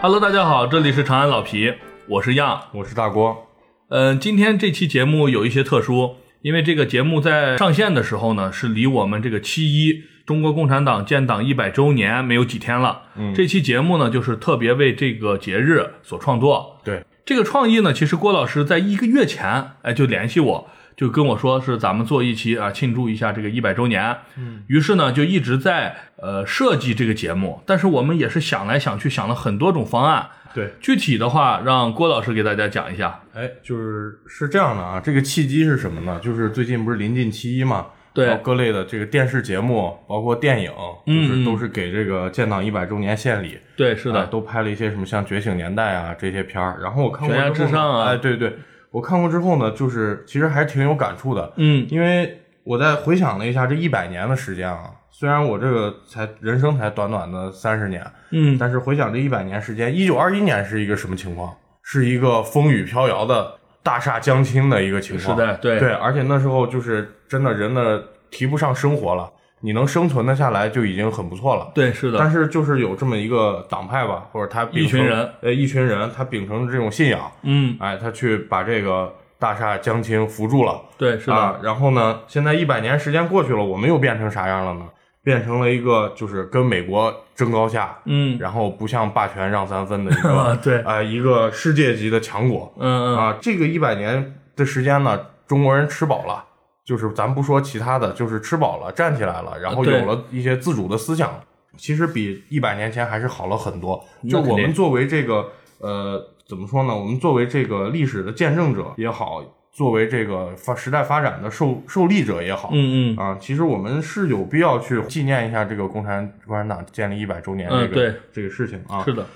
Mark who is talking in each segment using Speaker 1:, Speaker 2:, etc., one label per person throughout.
Speaker 1: Hello，大家好，这里是长安老皮，我是样。
Speaker 2: 我是大郭，
Speaker 1: 嗯，今天这期节目有一些特殊，因为这个节目在上线的时候呢，是离我们这个七一中国共产党建党一百周年没有几天了。嗯，这期节目呢，就是特别为这个节日所创作。
Speaker 2: 对，
Speaker 1: 这个创意呢，其实郭老师在一个月前，哎，就联系我，就跟我说是咱们做一期啊，庆祝一下这个一百周年。嗯，于是呢，就一直在呃设计这个节目，但是我们也是想来想去，想了很多种方案。
Speaker 2: 对，
Speaker 1: 具体的话，让郭老师给大家讲一下。
Speaker 2: 哎，就是是这样的啊，这个契机是什么呢？就是最近不是临近七一嘛，
Speaker 1: 对
Speaker 2: 然后各类的这个电视节目，包括电影，
Speaker 1: 嗯
Speaker 2: 就是
Speaker 1: 嗯
Speaker 2: 都是给这个建党一百周年献礼，
Speaker 1: 对，是的，
Speaker 2: 啊都拍了一些什么像《觉醒年代啊》这些片儿。然后我看过
Speaker 1: 悬崖
Speaker 2: 之后
Speaker 1: 之上啊
Speaker 2: 哎，对对，我看过之后呢，就是其实还挺有感触的，
Speaker 1: 嗯
Speaker 2: 因为我在回想了一下这一百年的时间啊，虽然我这个才人生才短短的三十年，
Speaker 1: 嗯，
Speaker 2: 但是回想这一百年时间，一九二一年是一个什么情况？是一个风雨飘摇的大厦将倾的一个情
Speaker 1: 是
Speaker 2: 况。
Speaker 1: 的，对
Speaker 2: 对，而且那时候就是真的人的提不上生活了，你能生存的下来就已经很不错了。
Speaker 1: 对是
Speaker 2: 但
Speaker 1: 的，
Speaker 2: 是就是有这么一个党派吧，或者他秉
Speaker 1: 一
Speaker 2: 承
Speaker 1: 群人，
Speaker 2: 呃，一群人，他秉承着这种信仰，
Speaker 1: 嗯，
Speaker 2: 哎，他去把这个大厦将倾扶住了。
Speaker 1: 对是的，
Speaker 2: 啊。然后呢，现在一百年时间过去了，我们又变成啥样了呢？变成了一个就是跟美国争高下，
Speaker 1: 嗯
Speaker 2: 然后不向霸权让三分的一
Speaker 1: 啊
Speaker 2: 个，
Speaker 1: 对
Speaker 2: 啊、一个世界级的强国
Speaker 1: 嗯嗯，
Speaker 2: 啊、这个一百年的时间呢，中国人吃饱了，就是咱不说其他的，就是吃饱了，站起来了，然后
Speaker 1: 对
Speaker 2: 有了一些自主的思想，其实比一百年前还是好了很多。就
Speaker 1: 那肯定
Speaker 2: 我们作为这个呃，怎么说呢？我们作为这个历史的见证者也好，作为这个发时代发展的受受力者也好，
Speaker 1: 嗯嗯
Speaker 2: 啊，其实我们是有必要去纪念一下这个共产共产党建立一百周年这个、
Speaker 1: 嗯对
Speaker 2: 这个事情啊
Speaker 1: 是。的，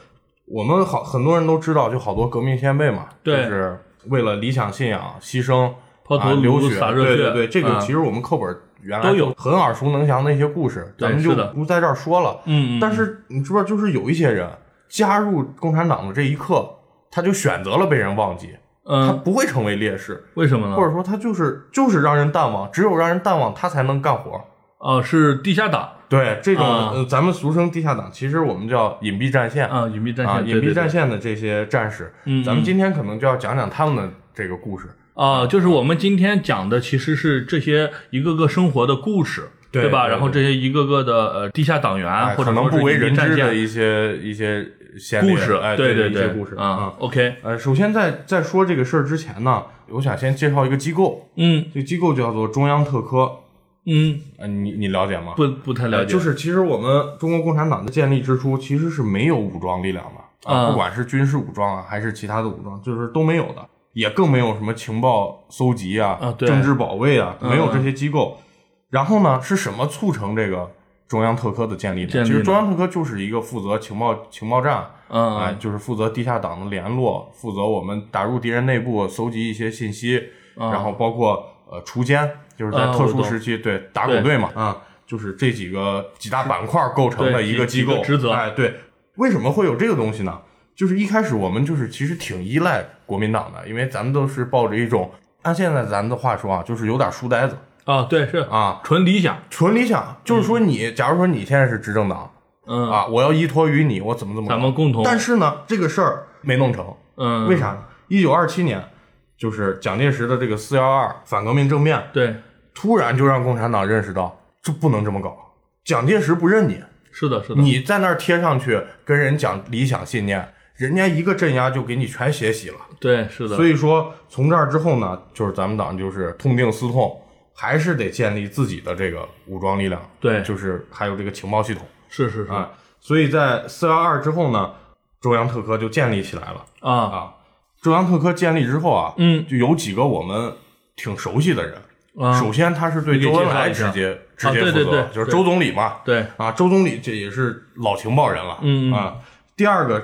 Speaker 2: 我们好很多人都知道，就好多革命先辈嘛，
Speaker 1: 对
Speaker 2: 就是为了理想信仰牺牲，
Speaker 1: 抛头
Speaker 2: 啊、流
Speaker 1: 颅
Speaker 2: 血，
Speaker 1: 洒热血，
Speaker 2: 对对对，这个
Speaker 1: 啊
Speaker 2: 其实我们课本原来
Speaker 1: 都有
Speaker 2: 很耳熟能详的一些故事，
Speaker 1: 对
Speaker 2: 咱们
Speaker 1: 是
Speaker 2: 就
Speaker 1: 的
Speaker 2: 不在这儿说了。
Speaker 1: 嗯嗯，
Speaker 2: 但是你知不知道，就是有一些人加入共产党的这一刻，他就选择了被人忘记，他
Speaker 1: 嗯，
Speaker 2: 不会成为烈士，
Speaker 1: 为什么呢
Speaker 2: 或？者说他就是就是让人淡忘，只有让人淡忘，他才能干活。
Speaker 1: 啊，是地下党
Speaker 2: 对，这种、
Speaker 1: 啊
Speaker 2: 呃咱们俗称地下党，其实我们叫隐蔽战线
Speaker 1: 啊，隐蔽战
Speaker 2: 啊
Speaker 1: 线，
Speaker 2: 隐
Speaker 1: 对
Speaker 2: 蔽
Speaker 1: 对
Speaker 2: 战
Speaker 1: 对，
Speaker 2: 线的这些战士。
Speaker 1: 嗯，
Speaker 2: 咱们
Speaker 1: 嗯
Speaker 2: 今天可能就要讲讲他们的这个故事。
Speaker 1: 啊，就是我们今天讲的其实是这些一个个生活的故事。
Speaker 2: 对
Speaker 1: 吧？
Speaker 2: 对
Speaker 1: 然后
Speaker 2: 对
Speaker 1: 这些一个个的呃地下党员，
Speaker 2: 哎
Speaker 1: 或者
Speaker 2: 可能
Speaker 1: 说是
Speaker 2: 不为人
Speaker 1: 隐蔽战
Speaker 2: 知的
Speaker 1: 线
Speaker 2: 一些一些先
Speaker 1: 故
Speaker 2: 烈
Speaker 1: 事，
Speaker 2: 哎，
Speaker 1: 对
Speaker 2: 对
Speaker 1: 对，
Speaker 2: 一些故事
Speaker 1: 啊。。OK，
Speaker 2: 呃，首先在在说这个事儿之前呢，我想先介绍一个机构，
Speaker 1: 嗯
Speaker 2: 这个机构叫做中央特科，
Speaker 1: 嗯，
Speaker 2: 呃，你你了解吗？
Speaker 1: 不不太了
Speaker 2: 呃
Speaker 1: 解，
Speaker 2: 就是其实我们中国共产党的建立之初，其实是没有武装力量的
Speaker 1: 啊
Speaker 2: 不管是军事武装啊，还是其他的武装，就是都没有的，也更没有什么情报搜集啊、
Speaker 1: 啊对
Speaker 2: 政治保卫啊，
Speaker 1: 嗯
Speaker 2: 没有这些机构。然后呢，是什么促成这个中央特科的建立的？
Speaker 1: 建立
Speaker 2: 其实
Speaker 1: 的
Speaker 2: 中央特科就是一个负责情报情报站。
Speaker 1: 嗯
Speaker 2: 哎，
Speaker 1: 嗯
Speaker 2: 就是负责地下党的联络，负责我们打入敌人内部搜集一些信息，
Speaker 1: 啊
Speaker 2: 然后包括呃锄奸，就是在
Speaker 1: 啊
Speaker 2: 特
Speaker 1: 我
Speaker 2: 殊
Speaker 1: 懂
Speaker 2: 时期、对打狗队嘛，啊，就是这几个几大板块构成的
Speaker 1: 对
Speaker 2: 一个
Speaker 1: 几
Speaker 2: 机构
Speaker 1: 几个职责
Speaker 2: 哎，对，为什么会有这个东西呢？就是一开始我们就是其实挺依赖国民党的，因为咱们都是抱着一种按现在咱们的话说啊，就是有点书呆子
Speaker 1: 啊，对是
Speaker 2: 啊，
Speaker 1: 纯理想，
Speaker 2: 纯理想，就是说你、假如说你现在是执政党
Speaker 1: 嗯，
Speaker 2: 啊，我要依托于你，我怎么怎么着
Speaker 1: 咱们共同，
Speaker 2: 但是呢，这个事儿没弄成，
Speaker 1: 嗯，
Speaker 2: 为啥呢？一九二七年，就是蒋介石的这个四幺二反革命政变，
Speaker 1: 对，
Speaker 2: 突然就让共产党认识到这不能这么搞。蒋介石不认你，
Speaker 1: 是的，是的，
Speaker 2: 你在那儿贴上去跟人讲理想信念，人家一个镇压就给你全血洗了。
Speaker 1: 对，是的，
Speaker 2: 所以说，从这儿之后呢，就是咱们党就是痛定思痛，还是得建立自己的这个武装力量，
Speaker 1: 对
Speaker 2: 就是还有这个情报系统
Speaker 1: 是是是
Speaker 2: 啊。所以在四幺二之后呢，中央特科就建立起来了。
Speaker 1: 啊，
Speaker 2: 啊，中央特科建立之后啊，
Speaker 1: 嗯
Speaker 2: 就有几个我们挺熟悉的人。
Speaker 1: 啊
Speaker 2: 首先，他是对
Speaker 1: 你给
Speaker 2: 周恩来
Speaker 1: 介绍
Speaker 2: 直
Speaker 1: 一下啊
Speaker 2: 接直接
Speaker 1: 对
Speaker 2: 负责，
Speaker 1: 对对
Speaker 2: 就是
Speaker 1: 对
Speaker 2: 周总理嘛。
Speaker 1: 对，
Speaker 2: 啊，周总理这也是老情报人了。
Speaker 1: 嗯嗯
Speaker 2: 啊，第二个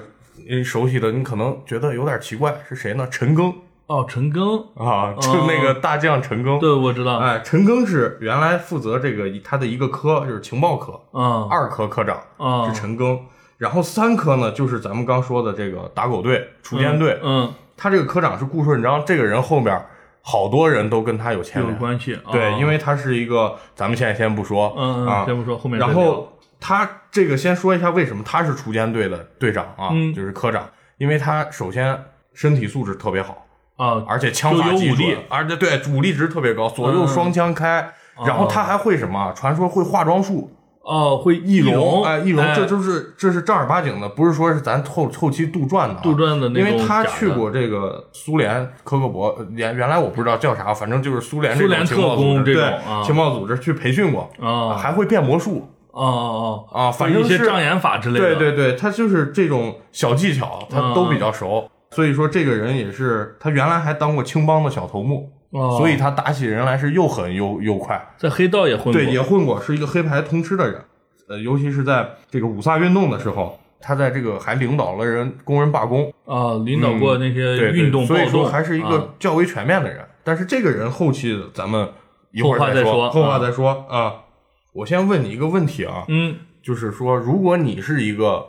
Speaker 2: 你熟悉的，你可能觉得有点奇怪，是谁呢？陈赓
Speaker 1: 哦，陈庚，
Speaker 2: 啊， 就那个大将陈赓。
Speaker 1: 哦对，我知道，
Speaker 2: 哎，陈赓是原来负责这个他的一个科，就是情报科，
Speaker 1: 啊
Speaker 2: 二科科长
Speaker 1: 啊，
Speaker 2: 是陈赓。然后三科呢，就是咱们刚说的这个打狗队、锄奸队，
Speaker 1: 嗯，
Speaker 2: 他这个科长是顾顺章，这个人后面好多人都跟他有牵
Speaker 1: 有
Speaker 2: 连。
Speaker 1: 关系，啊
Speaker 2: 对，因为他是一个，咱们现在先不说，
Speaker 1: 嗯嗯，，
Speaker 2: 啊
Speaker 1: 先不说后面再
Speaker 2: 然
Speaker 1: 聊，
Speaker 2: 后他这个先说一下为什么他是锄奸队的队长啊，
Speaker 1: 嗯
Speaker 2: 就是科长，因为他首先身体素质特别好，
Speaker 1: 啊，
Speaker 2: 而且枪法
Speaker 1: 就有
Speaker 2: 技
Speaker 1: 武力
Speaker 2: 准，而且对武力值特别高，左右
Speaker 1: 嗯
Speaker 2: 双枪开。然后他还会什么啊？传说会化妆术，
Speaker 1: 哦，会易容，
Speaker 2: 哎，易容，这就是这是正儿八经的，不是说是咱后后期杜撰的啊，
Speaker 1: 杜撰的那
Speaker 2: 因
Speaker 1: 种
Speaker 2: 为他
Speaker 1: 假的
Speaker 2: 去过这个苏联科克勃，呃原原来我不知道叫啥，反正就是苏联这
Speaker 1: 苏联
Speaker 2: 种情报
Speaker 1: 特工
Speaker 2: 组织，
Speaker 1: 这种
Speaker 2: 对
Speaker 1: 啊
Speaker 2: 情报组织去培训过，
Speaker 1: 啊
Speaker 2: 还会变魔术
Speaker 1: 哦哦哦，
Speaker 2: 啊，反正
Speaker 1: 一些
Speaker 2: 是
Speaker 1: 障眼法之类
Speaker 2: 对
Speaker 1: 的，
Speaker 2: 对对，他就是这种小技巧，他都
Speaker 1: 嗯
Speaker 2: 比较熟，所以说这个人也是他原来还当过青帮的小头目，
Speaker 1: 哦，
Speaker 2: 所以他打起人来是又狠又又快，
Speaker 1: 在黑道也混过，
Speaker 2: 对，也混过，是一个黑牌通吃的人。呃，尤其是在这个五卅运动的时候，他在这个还领导了人工人罢工，
Speaker 1: 啊，领导过那些
Speaker 2: 嗯对，对
Speaker 1: 运动暴
Speaker 2: 所以说
Speaker 1: 动，
Speaker 2: 还是一
Speaker 1: 啊
Speaker 2: 个较为全面的人。但是这个人后期咱们一会儿
Speaker 1: 后话再
Speaker 2: 说，
Speaker 1: 说
Speaker 2: 后话再说啊。我先问你一个问题啊，
Speaker 1: 嗯
Speaker 2: 就是说，如果你是一个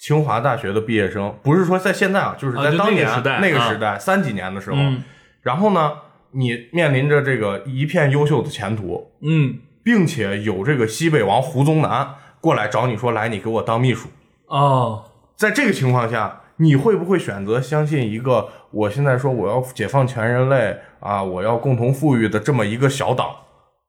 Speaker 2: 清华大学的毕业生，不是说在现在啊，就是
Speaker 1: 啊
Speaker 2: 在
Speaker 1: 就
Speaker 2: 当
Speaker 1: 那个
Speaker 2: 年
Speaker 1: 时代
Speaker 2: 那个
Speaker 1: 啊
Speaker 2: 时代三几年的时候，
Speaker 1: 嗯
Speaker 2: 然后呢，你面临着这个一片优秀的前途，
Speaker 1: 嗯
Speaker 2: 并且有这个西北王胡宗南过来找你说来，你给我当秘书。
Speaker 1: 哦
Speaker 2: 在这个情况下，你会不会选择相信一个我现在说我要解放全人类啊，我要共同富裕的这么一个小党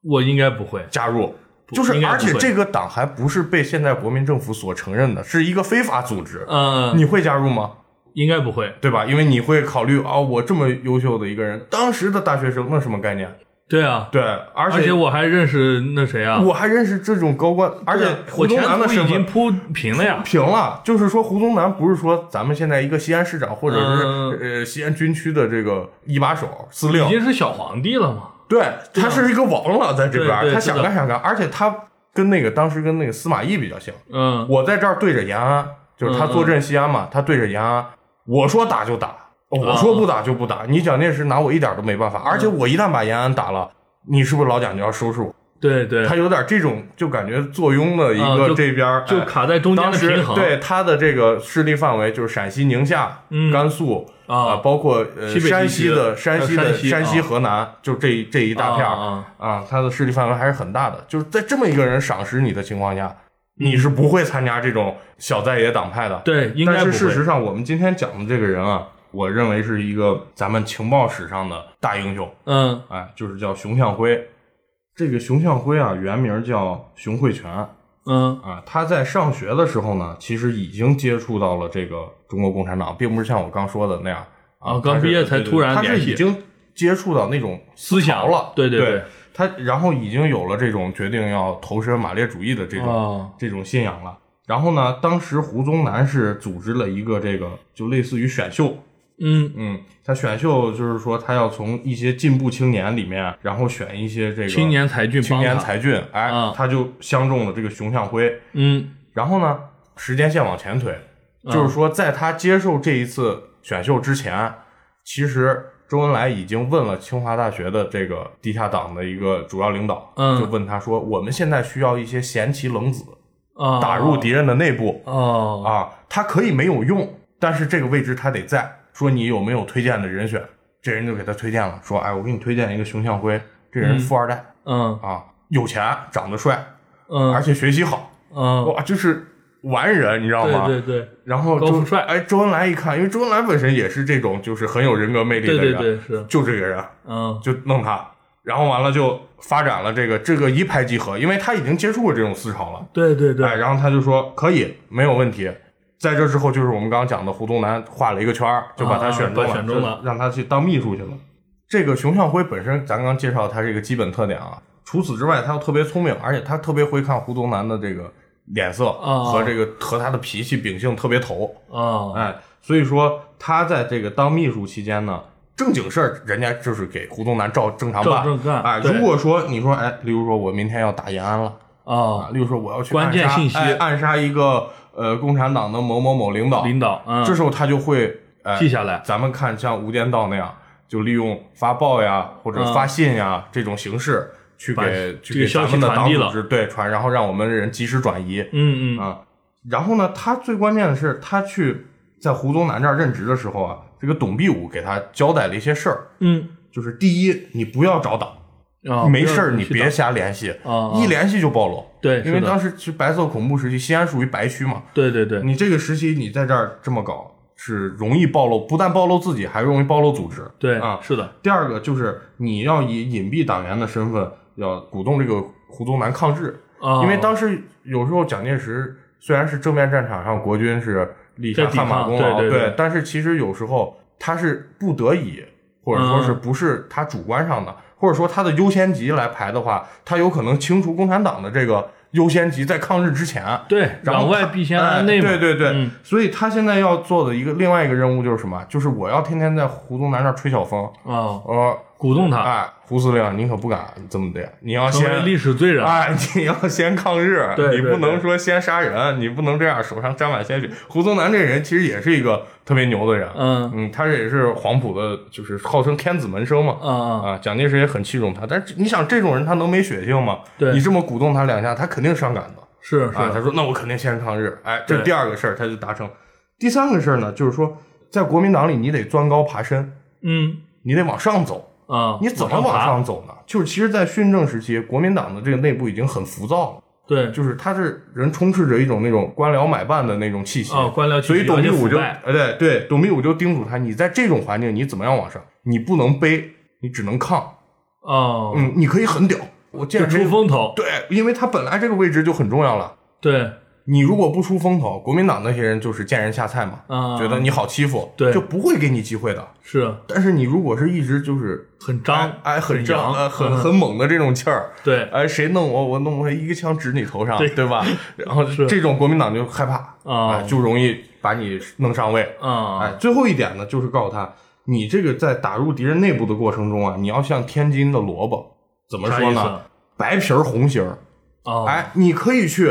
Speaker 1: 我应该不会，
Speaker 2: 加入？
Speaker 1: 不
Speaker 2: 就是
Speaker 1: 应，该不
Speaker 2: 而
Speaker 1: 会
Speaker 2: 且这个党还不是被现在国民政府所承认的，是一个非法组织。
Speaker 1: 嗯，
Speaker 2: 你会加入吗？
Speaker 1: 应该不会，
Speaker 2: 对吧？因为你会考虑啊，我这么优秀的一个人，当时的大学生那什么概念？
Speaker 1: 对啊，
Speaker 2: 对，而
Speaker 1: 而且我还认识那谁啊，
Speaker 2: 我还认识这种高官，而且胡
Speaker 1: 我
Speaker 2: 宗
Speaker 1: 前
Speaker 2: 南的
Speaker 1: 途
Speaker 2: 身
Speaker 1: 已
Speaker 2: 份
Speaker 1: 经铺平了呀，
Speaker 2: 平了，就是说胡宗南不是说咱们现在一个西安市长或者是、
Speaker 1: 嗯
Speaker 2: 呃西安军区的这个一把手司
Speaker 1: 已
Speaker 2: 令，
Speaker 1: 经是小皇帝了嘛，
Speaker 2: 对，他是一个王了，在这边
Speaker 1: 对
Speaker 2: 儿
Speaker 1: 对
Speaker 2: 他想
Speaker 1: 是的
Speaker 2: 干想干，而且他跟那个当时跟那个司马懿比较像，
Speaker 1: 嗯，
Speaker 2: 我在这儿对着延安，就是他坐镇西安嘛，他对着延安，我说打就打，哦我
Speaker 1: 啊
Speaker 2: 说不打就不打，你蒋介石拿我一点儿都没办法，而
Speaker 1: 嗯
Speaker 2: 且我一旦把延安打了，你是不是老蒋就要收拾我？
Speaker 1: 对对，
Speaker 2: 他有点这种就感觉坐拥的一
Speaker 1: 啊
Speaker 2: 个
Speaker 1: 就
Speaker 2: 这边儿
Speaker 1: 就
Speaker 2: 哎
Speaker 1: 卡在中间
Speaker 2: 当
Speaker 1: 的
Speaker 2: 时
Speaker 1: 平衡，
Speaker 2: 对他的这个势力范围就是陕西、宁夏、
Speaker 1: 嗯
Speaker 2: 甘肃
Speaker 1: 啊
Speaker 2: 呃包括呃
Speaker 1: 西北地区
Speaker 2: 山西的、山西
Speaker 1: 还有
Speaker 2: 的、
Speaker 1: 山西
Speaker 2: 山西、
Speaker 1: 啊
Speaker 2: 河南，就这一这一大片儿
Speaker 1: 啊
Speaker 2: 啊，他的势力范围还是很大的。就是在这么一个人赏识你的情况下，你是不会参加这种小在野党派的。
Speaker 1: 对，应该
Speaker 2: 但
Speaker 1: 不
Speaker 2: 是
Speaker 1: 会。
Speaker 2: 事实上，我们今天讲的这个人啊，我认为是一个咱们情报史上的大英雄，
Speaker 1: 嗯，
Speaker 2: 哎，就是叫熊向晖。这个熊向晖啊，原名叫熊慧泉，
Speaker 1: 嗯
Speaker 2: 啊，他在上学的时候呢，其实已经接触到了这个中国共产党，并不是像我刚说的那样
Speaker 1: 啊
Speaker 2: 啊，
Speaker 1: 刚
Speaker 2: 他是
Speaker 1: 毕业才
Speaker 2: 对对
Speaker 1: 突然
Speaker 2: 他是
Speaker 1: 联系
Speaker 2: 已经接触到那种
Speaker 1: 思想
Speaker 2: 潮了，
Speaker 1: 对
Speaker 2: 对
Speaker 1: 对对
Speaker 2: 他然后已经有了这种决定要投身马列主义的这种、
Speaker 1: 哦
Speaker 2: 这种信仰了。然后呢，当时胡宗南是组织了一个这个就类似于选秀，
Speaker 1: 嗯，
Speaker 2: 嗯，他选秀就是说他要从一些进步青年里面，然后选一些这个
Speaker 1: 青年才俊，
Speaker 2: 青年，才俊，哎，
Speaker 1: 啊
Speaker 2: 他就相中了这个熊向晖。
Speaker 1: 嗯
Speaker 2: 然后呢，时间线往前推，就是说，在他接受这一次选秀之前，其实周恩来已经问了清华大学的这个地下党的一个主要领导，
Speaker 1: 嗯
Speaker 2: 就问他说，我们现在需要一些贤妻冷子
Speaker 1: 啊，
Speaker 2: 打入敌人的内部
Speaker 1: 哦
Speaker 2: 啊，他可以没有用，但是这个位置他得在。说你有没有推荐的人选？这人就给他推荐了，说，哎，我给你推荐一个熊向晖，这人富二代、
Speaker 1: 嗯
Speaker 2: 啊，有钱，长得帅，而
Speaker 1: 嗯
Speaker 2: 且学习好，
Speaker 1: 嗯，
Speaker 2: 哇，就是完人，你知道吗？
Speaker 1: 对对对，
Speaker 2: 然后
Speaker 1: 高
Speaker 2: 周
Speaker 1: 富帅
Speaker 2: 哎，周恩来一看，因为周恩来本身也是这种就是很有人格魅力的
Speaker 1: 对
Speaker 2: 人，啊
Speaker 1: 对对是，
Speaker 2: 就这个人啊
Speaker 1: 嗯
Speaker 2: 就弄他，然后完了就发展了这个这个一拍即合，因为他已经接触过这种思潮了，
Speaker 1: 对对
Speaker 2: 哎，
Speaker 1: 对，
Speaker 2: 然后他就说可以，没有问题。在这之后，就是我们刚刚讲的胡宗南画了一个圈儿，就把他
Speaker 1: 啊
Speaker 2: 选中了，
Speaker 1: 把选中了
Speaker 2: 就让他去当秘书去了。这个熊向晖本身，咱刚介绍他这个基本特点啊，除此之外，他又特别聪明，而且他特别会看胡宗南的这个脸色
Speaker 1: 啊
Speaker 2: 和这个和他的脾气秉性特别投。
Speaker 1: 啊
Speaker 2: 哎，所以说他在这个当秘书期间呢，正经事儿人家就是给胡宗南照正常
Speaker 1: 照
Speaker 2: 办。
Speaker 1: 正干
Speaker 2: 哎，
Speaker 1: 对
Speaker 2: 如果说你说，哎，例如说我明天要打延安了啊
Speaker 1: 啊，，
Speaker 2: 例如说我要去
Speaker 1: 关键
Speaker 2: 暗杀
Speaker 1: 信息
Speaker 2: 哎暗杀一个呃共产党的某某某领导，
Speaker 1: 领导嗯
Speaker 2: 这时候他就会哎
Speaker 1: 记下来，
Speaker 2: 咱们看像《无间道》那样，就利用发报呀或者
Speaker 1: 嗯
Speaker 2: 发信呀、这种形式去
Speaker 1: 把
Speaker 2: 给
Speaker 1: 这
Speaker 2: 去
Speaker 1: 个
Speaker 2: 给
Speaker 1: 消
Speaker 2: 咱
Speaker 1: 息
Speaker 2: 们的
Speaker 1: 传
Speaker 2: 党
Speaker 1: 递
Speaker 2: 组
Speaker 1: 了
Speaker 2: 织对传，然后让我们人及时转移。
Speaker 1: 嗯嗯
Speaker 2: 啊。然后呢，他最关键的是，他去在胡宗南这儿任职的时候啊，这个董必武给他交代了一些事儿，
Speaker 1: 嗯
Speaker 2: 就是第一，你不要找党，
Speaker 1: 啊，
Speaker 2: 没事儿你
Speaker 1: 去
Speaker 2: 别
Speaker 1: 打
Speaker 2: 瞎联系，
Speaker 1: 啊啊
Speaker 2: 一联系就暴露。
Speaker 1: 对，
Speaker 2: 因为
Speaker 1: 是的
Speaker 2: 当嗯时其实白色恐怖时期，西安属于白区嘛，
Speaker 1: 对对对，
Speaker 2: 你这个时期你在这儿这么搞是容易暴露，不但暴露自己，还容易暴露组织。
Speaker 1: 对
Speaker 2: 啊，
Speaker 1: 是的，
Speaker 2: 第二个就是你要以隐蔽党员的身份，要鼓动这个胡宗南抗日，
Speaker 1: 啊，
Speaker 2: 因为当时有时候蒋介石虽然是正面战场上国军是立下
Speaker 1: 在抵
Speaker 2: 汗马
Speaker 1: 抗
Speaker 2: 功劳，
Speaker 1: 对对对
Speaker 2: 但是其实有时候他是不得已，或者说是
Speaker 1: 嗯
Speaker 2: 不是他主观上的，或者说他的优先级来排的话，他有可能清除共产党的这个优先级在抗日之前。
Speaker 1: 对
Speaker 2: 然后
Speaker 1: 攘外
Speaker 2: 他
Speaker 1: 必先安内嘛，
Speaker 2: 哎对对对，
Speaker 1: 嗯
Speaker 2: 所以他现在要做的一个另外一个任务就是什么？就是我要天天在胡宗南这儿吹小风，
Speaker 1: 啊，
Speaker 2: 呃，
Speaker 1: 鼓动他
Speaker 2: 哎，胡司令，你可不敢这么的，你要
Speaker 1: 成
Speaker 2: 先
Speaker 1: 为历史罪人，
Speaker 2: 哎，你要先抗日，
Speaker 1: 对对
Speaker 2: 你不能说先杀人，你不能这样手上沾满鲜血。胡宗南这人其实也是一个特别牛的人，
Speaker 1: 嗯
Speaker 2: 嗯，他也是黄埔的，就是号称天子门生嘛。
Speaker 1: 啊，
Speaker 2: 啊，蒋介石也很器重他，但是你想这种人他能没血性吗？
Speaker 1: 对
Speaker 2: 你这么鼓动他两下，他肯定伤感的。
Speaker 1: 是
Speaker 2: 啊，
Speaker 1: 是，
Speaker 2: 他说那我肯定先抗日，哎，这
Speaker 1: 对
Speaker 2: 第二个事儿他就达成。第三个事儿呢，就是说在国民党里你得钻高爬深，
Speaker 1: 嗯
Speaker 2: 你得往上走，
Speaker 1: 啊，
Speaker 2: 你怎么往
Speaker 1: 爬？
Speaker 2: 上走呢？就是其实，在训政时期，国民党的这个内部已经很浮躁了，
Speaker 1: 对，
Speaker 2: 就是它是人充斥着一种那种官僚买办的那种气息。
Speaker 1: 啊，官僚
Speaker 2: 所以
Speaker 1: 气息
Speaker 2: 董
Speaker 1: 而
Speaker 2: 必
Speaker 1: 且
Speaker 2: 武
Speaker 1: 腐
Speaker 2: 就
Speaker 1: 败
Speaker 2: 哎对对，董必武就叮嘱他，你在这种环境你怎么样往上？你不能背，你只能抗。
Speaker 1: 哦，
Speaker 2: 嗯，你可以很屌，我
Speaker 1: 就
Speaker 2: 见谁
Speaker 1: 出风头，
Speaker 2: 对，因为他本来这个位置就很重要了。
Speaker 1: 对，
Speaker 2: 你如果不出风头，国民党那些人就是见人下菜嘛，
Speaker 1: 啊，
Speaker 2: 觉得你好欺负，
Speaker 1: 对
Speaker 2: 就不会给你机会的。
Speaker 1: 是
Speaker 2: 但是你如果是一直就是
Speaker 1: 很
Speaker 2: 哎
Speaker 1: 张，
Speaker 2: 哎很
Speaker 1: 洋
Speaker 2: 张，呃很
Speaker 1: 嗯
Speaker 2: 很猛的这种气儿，
Speaker 1: 对
Speaker 2: 哎，谁弄我，我弄我一个枪指你头上，
Speaker 1: 对
Speaker 2: 对吧？然后
Speaker 1: 是
Speaker 2: 这种国民党就害怕
Speaker 1: 啊
Speaker 2: 哎就容易把你弄上位。哎
Speaker 1: 啊，，
Speaker 2: 最后一点呢，就是告诉他，你这个在打入敌人内部的过程中啊，你要像天津的萝卜，怎么
Speaker 1: 啥
Speaker 2: 说
Speaker 1: 意思
Speaker 2: 呢？白皮儿红心儿。
Speaker 1: 啊，
Speaker 2: 哎，你可以去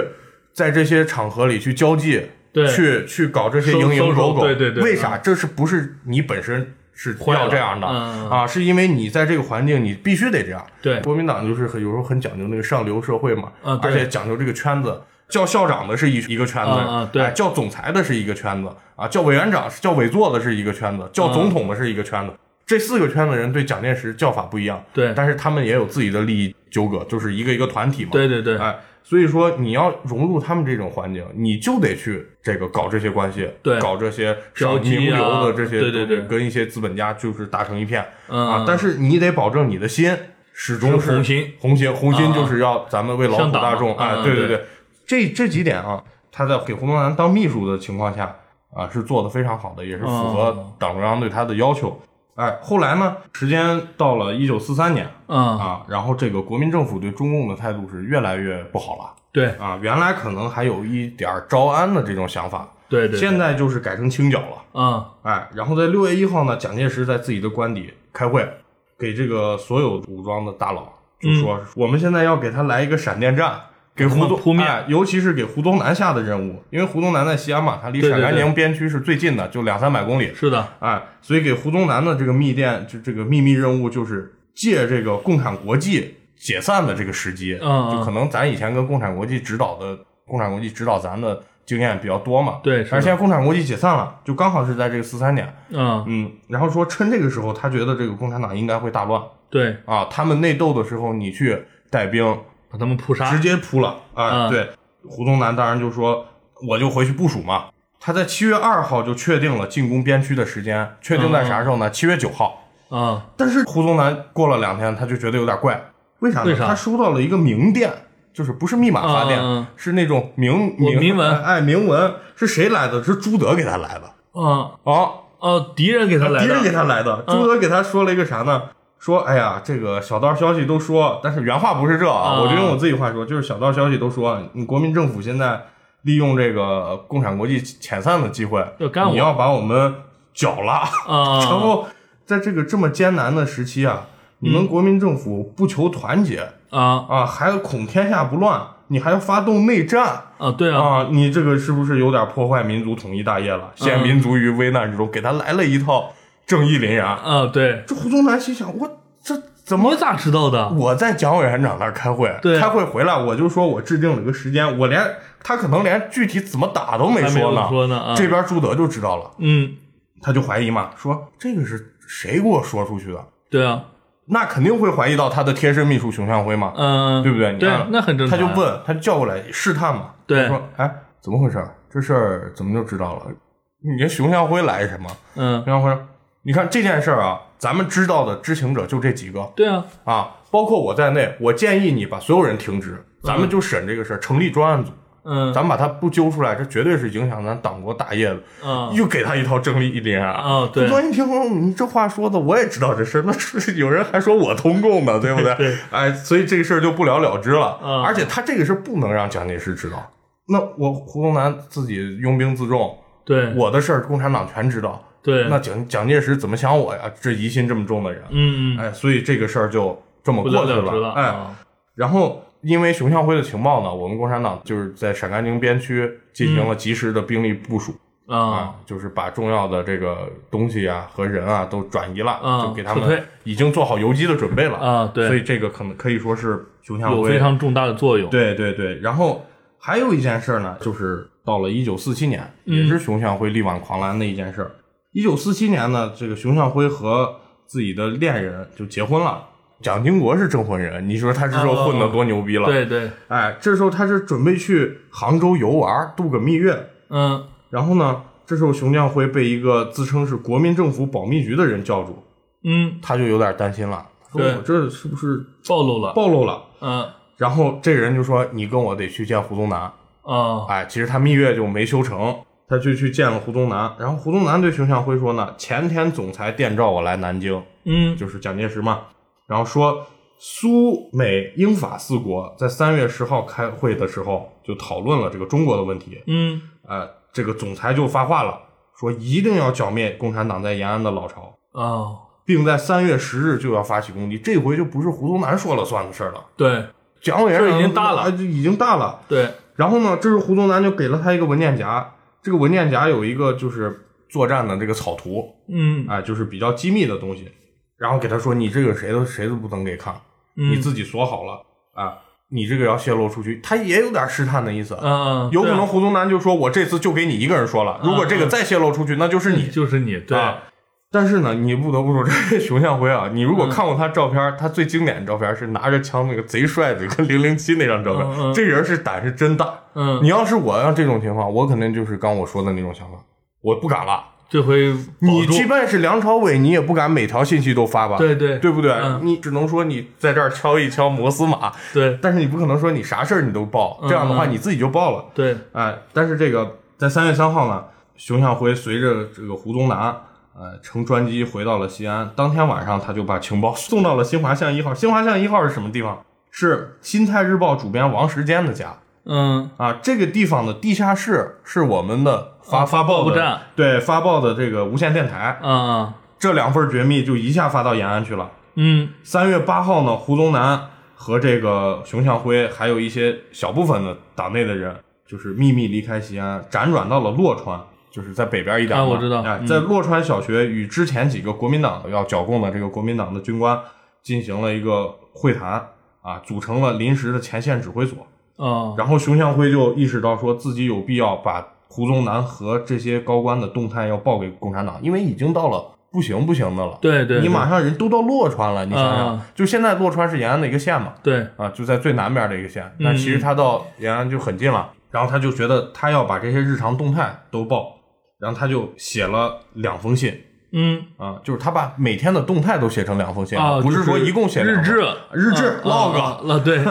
Speaker 2: 在这些场合里去交际，
Speaker 1: 对
Speaker 2: 去去搞这些
Speaker 1: 收
Speaker 2: 蝇
Speaker 1: 收
Speaker 2: 营狗
Speaker 1: 手
Speaker 2: 苟。
Speaker 1: 对对对嗯
Speaker 2: 为啥？这是不是你本身是
Speaker 1: 坏
Speaker 2: 要
Speaker 1: 了
Speaker 2: 这样的
Speaker 1: 嗯嗯嗯
Speaker 2: 啊？是因为你在这个环境，你必须得这样。
Speaker 1: 对
Speaker 2: 国民党就是很有时候很讲究那个上流社会嘛，
Speaker 1: 啊对
Speaker 2: 而且讲究这个圈子。叫校长的是一一个圈子，
Speaker 1: 嗯嗯对
Speaker 2: 哎叫总裁的是一个圈子，啊，叫委员长、叫委座的是一个圈子，
Speaker 1: 嗯
Speaker 2: 叫总统的是一个圈子。这四个圈子人对蒋介石叫法不一样，
Speaker 1: 对
Speaker 2: 但是他们也有自己的利益纠葛，就是一个一个团体嘛。
Speaker 1: 对对对
Speaker 2: 哎，所以说你要融入他们这种环境，你就得去这个搞这些关系，
Speaker 1: 对
Speaker 2: 搞这些
Speaker 1: 交际啊
Speaker 2: 名流的这些，
Speaker 1: 对对对
Speaker 2: 跟一些资本家就是打成一片、
Speaker 1: 嗯
Speaker 2: 啊。但是你得保证你的心始终
Speaker 1: 是红心，
Speaker 2: 红心，红
Speaker 1: 啊
Speaker 2: 心就是要咱们为劳苦
Speaker 1: 向党
Speaker 2: 大众，
Speaker 1: 嘛
Speaker 2: 哎，
Speaker 1: 嗯
Speaker 2: 对
Speaker 1: 对
Speaker 2: 对，这这几点啊，他在给胡宗南当秘书的情况下啊，是做的非常好的，也是符合
Speaker 1: 哦
Speaker 2: 党中央对他的要求。哎，后来呢？时间到了一九四三年，
Speaker 1: 嗯，
Speaker 2: 啊，然后这个国民政府对中共的态度是越来越不好了
Speaker 1: 对
Speaker 2: 啊，原来可能还有一点儿招安的这种想法，
Speaker 1: 对对，
Speaker 2: 现在就是改成清剿了。
Speaker 1: 啊
Speaker 2: 哎，然后在六月一号呢，蒋介石在自己的官邸开会，给这个所有武装的大佬就说，我们现在要给他来一个闪电战。给胡
Speaker 1: 他们
Speaker 2: 宗
Speaker 1: 嗯扑灭
Speaker 2: 哎，尤其是给胡宗南下的任务，因为胡宗南在西安嘛，他离
Speaker 1: 对
Speaker 2: 陕
Speaker 1: 对
Speaker 2: 甘
Speaker 1: 对
Speaker 2: 宁边区是最近的，就两三百公里。
Speaker 1: 是的，啊
Speaker 2: 哎，所以给胡宗南的这个密电，就这个秘密任务，就是借这个共产国际解散的这个时机，
Speaker 1: 嗯嗯
Speaker 2: 就可能咱以前跟共产国际指导的共产国际指导咱的经验比较多嘛，
Speaker 1: 对是的
Speaker 2: 而现在共产国际解散了，就刚好是在这个四三年，
Speaker 1: 嗯，
Speaker 2: 嗯，然后说趁这个时候，他觉得这个共产党应该会大乱
Speaker 1: 对，
Speaker 2: 啊，他们内斗的时候，你去带兵，
Speaker 1: 把他们扑杀
Speaker 2: 直，接扑了啊！
Speaker 1: 嗯
Speaker 2: 对，胡宗南当然就说我就回去部署嘛。他在七月二号就确定了进攻边区的时间，确定在啥时候呢？七月九号。
Speaker 1: 啊
Speaker 2: 但是胡宗南过了两天，他就觉得有点怪，为啥呢？
Speaker 1: 为啥
Speaker 2: 他收到了一个明电，就是不是密码发电，
Speaker 1: 嗯嗯嗯
Speaker 2: 是那种明
Speaker 1: 我
Speaker 2: 明
Speaker 1: 明文
Speaker 2: 哎明文是谁来的？是朱德给他来的
Speaker 1: 啊
Speaker 2: 哦，
Speaker 1: 哦，敌人给他来
Speaker 2: 啊敌人给
Speaker 1: 的，
Speaker 2: 他来的。
Speaker 1: 嗯
Speaker 2: 朱德给他说了一个啥呢？说，哎呀，这个小道消息都说，但是原话不是这啊，
Speaker 1: 啊
Speaker 2: 我就用我自己话说，就是小道消息都说，啊你国民政府现在利用这个共产国际遣散的机会
Speaker 1: 要干，我
Speaker 2: 你要把我们绞了。
Speaker 1: 啊，
Speaker 2: 然后在这个这么艰难的时期啊，你们国民政府不求团结
Speaker 1: 啊
Speaker 2: 啊，还恐天下不乱，你还要发动内战。
Speaker 1: 啊，对啊，
Speaker 2: 啊，你这个是不是有点破坏民族统一大业了？
Speaker 1: 嗯
Speaker 2: 陷民族于危难之中，给他来了一套正义凛然。
Speaker 1: 啊对，
Speaker 2: 这胡宗南心想，我这怎
Speaker 1: 你
Speaker 2: 么？
Speaker 1: 咋知道的？
Speaker 2: 我在蒋委员长那儿开会，
Speaker 1: 对
Speaker 2: 开会回来我就说我制定了个时间，我连他可能连具体怎么打都没
Speaker 1: 还没
Speaker 2: 说
Speaker 1: 有
Speaker 2: 呢。
Speaker 1: 说呢啊，
Speaker 2: 这边朱德就知道了，
Speaker 1: 嗯，
Speaker 2: 他就怀疑嘛，说这个是谁给我说出去的？
Speaker 1: 对啊，
Speaker 2: 那肯定会怀疑到他的贴身秘书熊向晖嘛，
Speaker 1: 嗯，
Speaker 2: 对不对？你
Speaker 1: 对
Speaker 2: 看，
Speaker 1: 那很正
Speaker 2: 他
Speaker 1: 常
Speaker 2: 就
Speaker 1: 呀
Speaker 2: 问，他就叫过来试探嘛，
Speaker 1: 对
Speaker 2: 他说哎，怎么回事？这事儿怎么就知道了？你这熊向晖来什么？
Speaker 1: 嗯
Speaker 2: 熊，向晖，你看这件事儿啊，咱们知道的知情者就这几个
Speaker 1: 对啊，
Speaker 2: 啊，包括我在内，我建议你把所有人停职，咱们就审这个事儿，成立专案组，
Speaker 1: 嗯
Speaker 2: 咱们把他不揪出来，这绝对是影响咱党国大业的。
Speaker 1: 嗯
Speaker 2: 又给他一套正立一连啊！
Speaker 1: 哦对
Speaker 2: 昨天听你这话说的，我也知道这事儿，那是有人还说我通共呢，对不对？
Speaker 1: 对，
Speaker 2: 哎，所以这个事儿就不了了之了。
Speaker 1: 嗯
Speaker 2: 而且他这个事儿不能让蒋介石知道。那我胡宗南自己拥兵自重，
Speaker 1: 对
Speaker 2: 我的事儿共产党全知道。
Speaker 1: 对，
Speaker 2: 那蒋蒋介石怎么想我呀？这疑心这么重的人，
Speaker 1: 嗯嗯，
Speaker 2: 哎，所以这个事儿就这么
Speaker 1: 不
Speaker 2: 过
Speaker 1: 了
Speaker 2: 去
Speaker 1: 了之了，
Speaker 2: 哎，
Speaker 1: 啊
Speaker 2: 然后因为熊向晖的情报呢，我们共产党就是在陕甘宁边区进行了
Speaker 1: 嗯
Speaker 2: 及时的兵力部署。啊
Speaker 1: 啊，，
Speaker 2: 就是把重要的这个东西啊和人啊都转移了，
Speaker 1: 嗯
Speaker 2: 就给他
Speaker 1: 撤退
Speaker 2: 们已经做好游击的准备了
Speaker 1: 啊对
Speaker 2: 哎所以这个可能可以说是熊向
Speaker 1: 有
Speaker 2: 晖
Speaker 1: 非常重大的作用，
Speaker 2: 对对对。然后还有一件事呢，就是到了一九四七年，
Speaker 1: 嗯
Speaker 2: 也是熊向晖力挽狂澜的一件事。一九四七年呢，这个熊向晖和自己的恋人就结婚了。蒋经国是证婚人，你说他这时候混得多牛逼了？，
Speaker 1: 啊对对，
Speaker 2: 哎，这时候他是准备去杭州游玩，度个蜜月。
Speaker 1: 嗯
Speaker 2: 然后呢，这时候熊向晖被一个自称是国民政府保密局的人叫住，
Speaker 1: 嗯，
Speaker 2: 他就有点担心了，说
Speaker 1: 对
Speaker 2: 我这是不是
Speaker 1: 暴露了，
Speaker 2: 暴露了？
Speaker 1: 嗯
Speaker 2: 然后这人就说：“你跟我得去见胡宗南。
Speaker 1: 啊”
Speaker 2: 哎，其实他蜜月就没修成，他就去见了胡宗南。然后胡宗南对熊向晖说呢：“前天总裁电召我来南京，
Speaker 1: 嗯
Speaker 2: 就是蒋介石嘛。”然后说苏美英法四国在三月十号开会的时候就讨论了这个中国的问题。
Speaker 1: 嗯
Speaker 2: 呃，这个总裁就发话了，说一定要剿灭共产党在延安的老巢，
Speaker 1: 啊，
Speaker 2: 并在三月十日就要发起攻击。这回就不是胡宗南说了算的事儿了，
Speaker 1: 对
Speaker 2: 蒋委员
Speaker 1: 这
Speaker 2: 长
Speaker 1: 已经大了
Speaker 2: 啊就已经大了。
Speaker 1: 对，
Speaker 2: 然后呢，这是胡宗南就给了他一个文件夹，这个文件夹有一个就是作战的这个草图，
Speaker 1: 嗯
Speaker 2: 哎、就是比较机密的东西。然后给他说，你这个谁都谁都不能给看，
Speaker 1: 嗯，
Speaker 2: 你自己锁好了啊、你这个要泄露出去，他也有点试探的意思。
Speaker 1: 嗯，嗯
Speaker 2: 有可
Speaker 1: 对
Speaker 2: 能
Speaker 1: 啊
Speaker 2: 胡宗南就说：“我这次就给你一个人说了，如果这个再泄露出去，那就是你。
Speaker 1: 就是你，对，
Speaker 2: 啊但是呢，你不得不说，这熊向晖啊，你
Speaker 1: 嗯
Speaker 2: 如果看过他照片，他最经典的照片是拿着枪那个贼帅的，跟零零七那张照
Speaker 1: 嗯嗯
Speaker 2: 片。这人是胆是真大。
Speaker 1: 嗯
Speaker 2: 你，要是我要这种情况，我肯定就是刚我说的那种想法，我不敢了。
Speaker 1: 这回保
Speaker 2: 你
Speaker 1: 住
Speaker 2: 即便是梁朝伟，你也不敢每条信息都发吧？
Speaker 1: 对对
Speaker 2: 对不对
Speaker 1: 嗯？
Speaker 2: 你只能说你在这儿敲一敲摩斯码，
Speaker 1: 对
Speaker 2: 但是你不可能说你啥事儿你都报，这样的话
Speaker 1: 嗯嗯
Speaker 2: 你自己就报了。
Speaker 1: 对，
Speaker 2: 哎，但是这个在三月三号呢，熊向晖随着这个胡宗南，呃，乘专机回到了西安。当天晚上，他就把情报 送到了新华巷一号。新华巷一号是什么地方？是《新泰日报》主编王时坚的家
Speaker 1: 嗯
Speaker 2: 啊。这个地方的地下室是我们的发、发报
Speaker 1: 报
Speaker 2: 的
Speaker 1: 站，
Speaker 2: 对发报的这个无线电台。
Speaker 1: 啊
Speaker 2: 这两份绝密就一下发到延安去了。
Speaker 1: 嗯
Speaker 2: 三月八号呢，胡宗南和这个熊向晖，还有一些小部分的党内的人，就是秘密离开西安，辗转到了洛川，就是在北边一点嘛。
Speaker 1: 啊我知道
Speaker 2: 哎
Speaker 1: 嗯
Speaker 2: 在洛川小学与之前几个国民党要剿共的这个国民党的军官进行了一个会谈啊，组成了临时的前线指挥所。
Speaker 1: 啊
Speaker 2: 然后熊向晖就意识到说自己有必要把胡宗南和这些高官的动态要报给共产党，因为已经到了不行不行的了。
Speaker 1: 对对，
Speaker 2: 你
Speaker 1: 对
Speaker 2: 马上人都到洛川了，你想想，
Speaker 1: 啊
Speaker 2: 就现在洛川是延安的一个县嘛，
Speaker 1: 对
Speaker 2: 啊，就在最南边的一个县，
Speaker 1: 嗯
Speaker 2: 那其实他到延安就很近了。然后他就觉得他要把这些日常动态都报，然后他就写了两封信
Speaker 1: 嗯
Speaker 2: 啊，就是他把每天的动态都写成两封信，
Speaker 1: 啊，
Speaker 2: 不
Speaker 1: 就是
Speaker 2: 说一共写
Speaker 1: 日
Speaker 2: 两
Speaker 1: 志
Speaker 2: 封。日志
Speaker 1: 啊
Speaker 2: log
Speaker 1: 啊啊对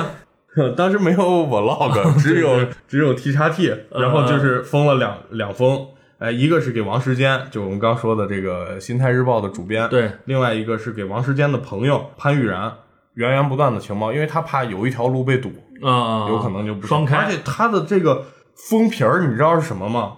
Speaker 2: 当时没 有 vlog，只有
Speaker 1: 对
Speaker 2: 只有 T 叉 T，然后就是封了两两封，哎，一个是给王时坚，就我们刚说的这个《新泰日报》的主编，
Speaker 1: 对
Speaker 2: 另外一个是给王时坚的朋友潘玉然源源不断的情报，因为他怕有一条路被堵，
Speaker 1: 啊，
Speaker 2: 有可能就不行
Speaker 1: 双开
Speaker 2: 而且他的这个封皮儿，你知道是什么吗？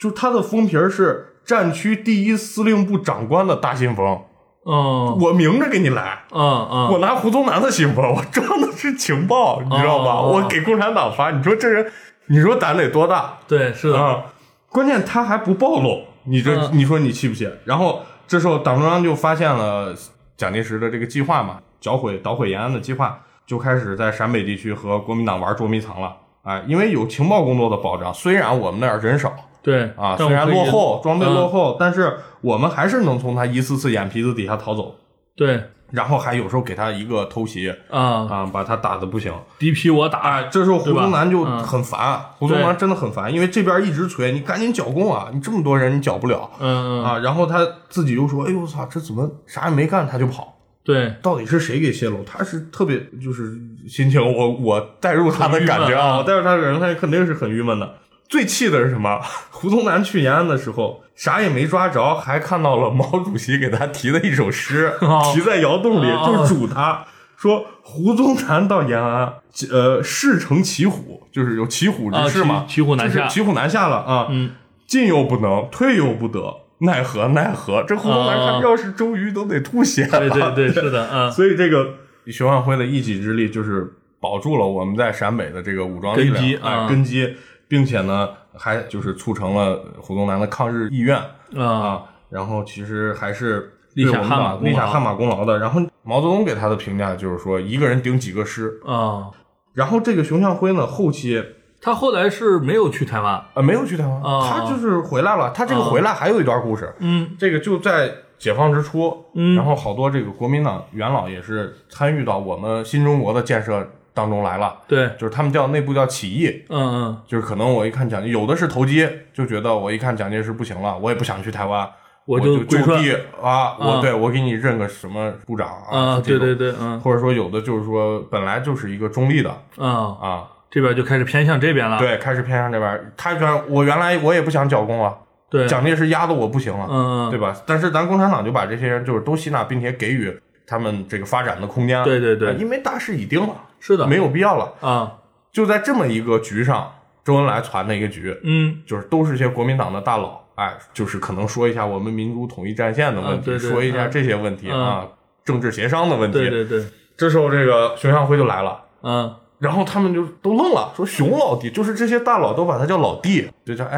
Speaker 2: 就他的封皮儿是战区第一司令部长官的大信封，
Speaker 1: 嗯
Speaker 2: 我明着给你来。
Speaker 1: 嗯嗯
Speaker 2: 我拿胡宗南的信封，我装的是情报，你知道吧？
Speaker 1: 哦
Speaker 2: 我给共产党发，你说这人，你说胆得多大？
Speaker 1: 对是的
Speaker 2: 啊，关键他还不暴露，你这、
Speaker 1: 嗯
Speaker 2: 你说你气不气？然后这时候党中央就发现了蒋介石的这个计划嘛，剿毁捣毁延安的计划，就开始在陕北地区和国民党玩捉迷藏了。哎，因为有情报工作的保障，虽然我们那儿人少
Speaker 1: 对
Speaker 2: 啊，
Speaker 1: 但
Speaker 2: 虽
Speaker 1: 我
Speaker 2: 然
Speaker 1: 可以
Speaker 2: 落后，装备
Speaker 1: 嗯
Speaker 2: 落后，但是我们还是能从他一次次眼皮子底下逃走。
Speaker 1: 对
Speaker 2: 然后还有时候给他一个偷袭
Speaker 1: 啊，
Speaker 2: 啊，把他打的不行。
Speaker 1: 敌疲我打，
Speaker 2: 啊，这时候胡
Speaker 1: 对吧
Speaker 2: 宗南就
Speaker 1: 嗯
Speaker 2: 很烦，胡宗南真的很烦，因为这边一直催你赶紧剿共啊，你这么多人你剿不了、
Speaker 1: 嗯嗯，
Speaker 2: 啊。然后他自己又说：“哎呦我操，这怎么啥也没干他就跑？
Speaker 1: 对，
Speaker 2: 到底是谁给泄露？他是特别就是心情，我我带入他的感
Speaker 1: 很郁
Speaker 2: 觉
Speaker 1: 闷
Speaker 2: 啊，
Speaker 1: 啊
Speaker 2: 我带入他的感觉，他肯定是很郁闷的。最气的是什么？ 胡宗南去延安的时候，啥也没抓着，还看到了毛主席给他提的一首诗，
Speaker 1: 哦
Speaker 2: 题在窑洞里，
Speaker 1: 哦
Speaker 2: 就是主他说胡宗南到延安，呃，事成骑虎，就是有骑虎
Speaker 1: 啊，
Speaker 2: 之势嘛，
Speaker 1: 骑骑虎难
Speaker 2: 就
Speaker 1: 下
Speaker 2: 是，骑虎难下了啊，
Speaker 1: 嗯，
Speaker 2: 进又不能，退又不得，奈何奈何，这胡宗南
Speaker 1: 啊
Speaker 2: 看要是周瑜都得吐血了，
Speaker 1: 对对对，是的， 嗯，
Speaker 2: 所以这个熊万辉的一己之力就是保住了我们在陕北的这个武装力量
Speaker 1: 根基
Speaker 2: 哎
Speaker 1: 啊
Speaker 2: 根基，并且呢，还就是促成了胡宗南的抗日意愿
Speaker 1: 啊，
Speaker 2: 啊。然后其实还是
Speaker 1: 立下
Speaker 2: 对我们的
Speaker 1: 汗马功劳
Speaker 2: 立下汗马功劳的。然后毛泽东给他的评价就是说，一个人顶几个师。
Speaker 1: 啊，
Speaker 2: 然后这个熊向辉呢，后期
Speaker 1: 他后来是没有去台湾，
Speaker 2: 呃没有去台湾，
Speaker 1: 啊
Speaker 2: 他就是回来了。他这个回来还有一段故事，
Speaker 1: 嗯
Speaker 2: 这个就在解放之初，
Speaker 1: 嗯
Speaker 2: 然后好多这个国民党元老也是参与到我们新中国的建设当中来了，
Speaker 1: 对，
Speaker 2: 就是他们叫内部叫起义，
Speaker 1: 嗯嗯，
Speaker 2: 就是可能我一看蒋，有的是投机，就觉得我一看蒋介石不行了，我也不想去台湾，我
Speaker 1: 我就
Speaker 2: 就
Speaker 1: 归顺
Speaker 2: 地啊，我
Speaker 1: 嗯
Speaker 2: 对我给你认个什么部长
Speaker 1: 啊，
Speaker 2: 这
Speaker 1: 对
Speaker 2: 种
Speaker 1: 对对，嗯
Speaker 2: 或者说有的就是说本来就是一个中立的
Speaker 1: 啊，
Speaker 2: 啊，
Speaker 1: 这边就开始偏向这边了，
Speaker 2: 对，开始偏向这边儿，他原我原来我也不想剿共啊，
Speaker 1: 对，
Speaker 2: 蒋介石压的我不行了，啊
Speaker 1: 嗯嗯，
Speaker 2: 对吧？但是咱共产党就把这些人就是都吸纳，并且给予他们这个发展的空间。
Speaker 1: 对对
Speaker 2: 呃
Speaker 1: 对，
Speaker 2: 因为大势已定了，
Speaker 1: 是的，
Speaker 2: 没有必要了。
Speaker 1: 啊，
Speaker 2: 就在这么一个局上，周恩来传的一个局，
Speaker 1: 嗯，
Speaker 2: 就是都是些国民党的大佬，哎，就是可能说一下我们民主统一战线的问
Speaker 1: 啊
Speaker 2: 题，
Speaker 1: 对对
Speaker 2: 说一下
Speaker 1: 嗯
Speaker 2: 这些问题、
Speaker 1: 嗯
Speaker 2: 啊，政治协商的问题。
Speaker 1: 对对对，
Speaker 2: 这时候这个熊向晖就来了。
Speaker 1: 嗯
Speaker 2: 然后他们就都愣了，说熊老弟，就是这些大佬都把他叫老弟，就叫哎，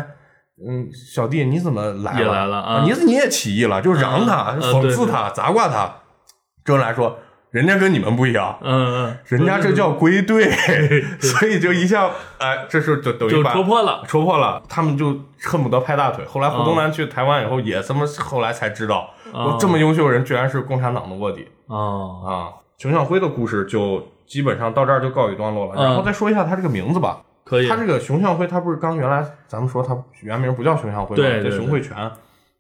Speaker 2: 嗯，小弟你怎么来
Speaker 1: 也
Speaker 2: 了？
Speaker 1: 来了啊
Speaker 2: 你你也起义了，就嚷他，
Speaker 1: 嗯嗯
Speaker 2: 讽刺他，砸挂他。周恩来说，人家跟你们不一样，
Speaker 1: 嗯嗯，
Speaker 2: 人家这叫归队， 所以就一下，哎，这是就等于
Speaker 1: 就
Speaker 2: 把
Speaker 1: 戳破了，
Speaker 2: 戳破啊了，他们就恨不得拍大腿。后来胡宗南去台湾以后，也他妈后来才知道，
Speaker 1: 哦
Speaker 2: 我这么优秀的人居然是共产党的卧底。
Speaker 1: 哦，
Speaker 2: 啊，熊向晖的故事就基本上到这儿就告一段落了。
Speaker 1: 嗯
Speaker 2: 然后再说一下他这个名字吧，
Speaker 1: 可以
Speaker 2: 他，这个熊向晖，他不是刚原来咱们说他原名不叫熊向晖吗？
Speaker 1: 对对
Speaker 2: 叫熊慧泉。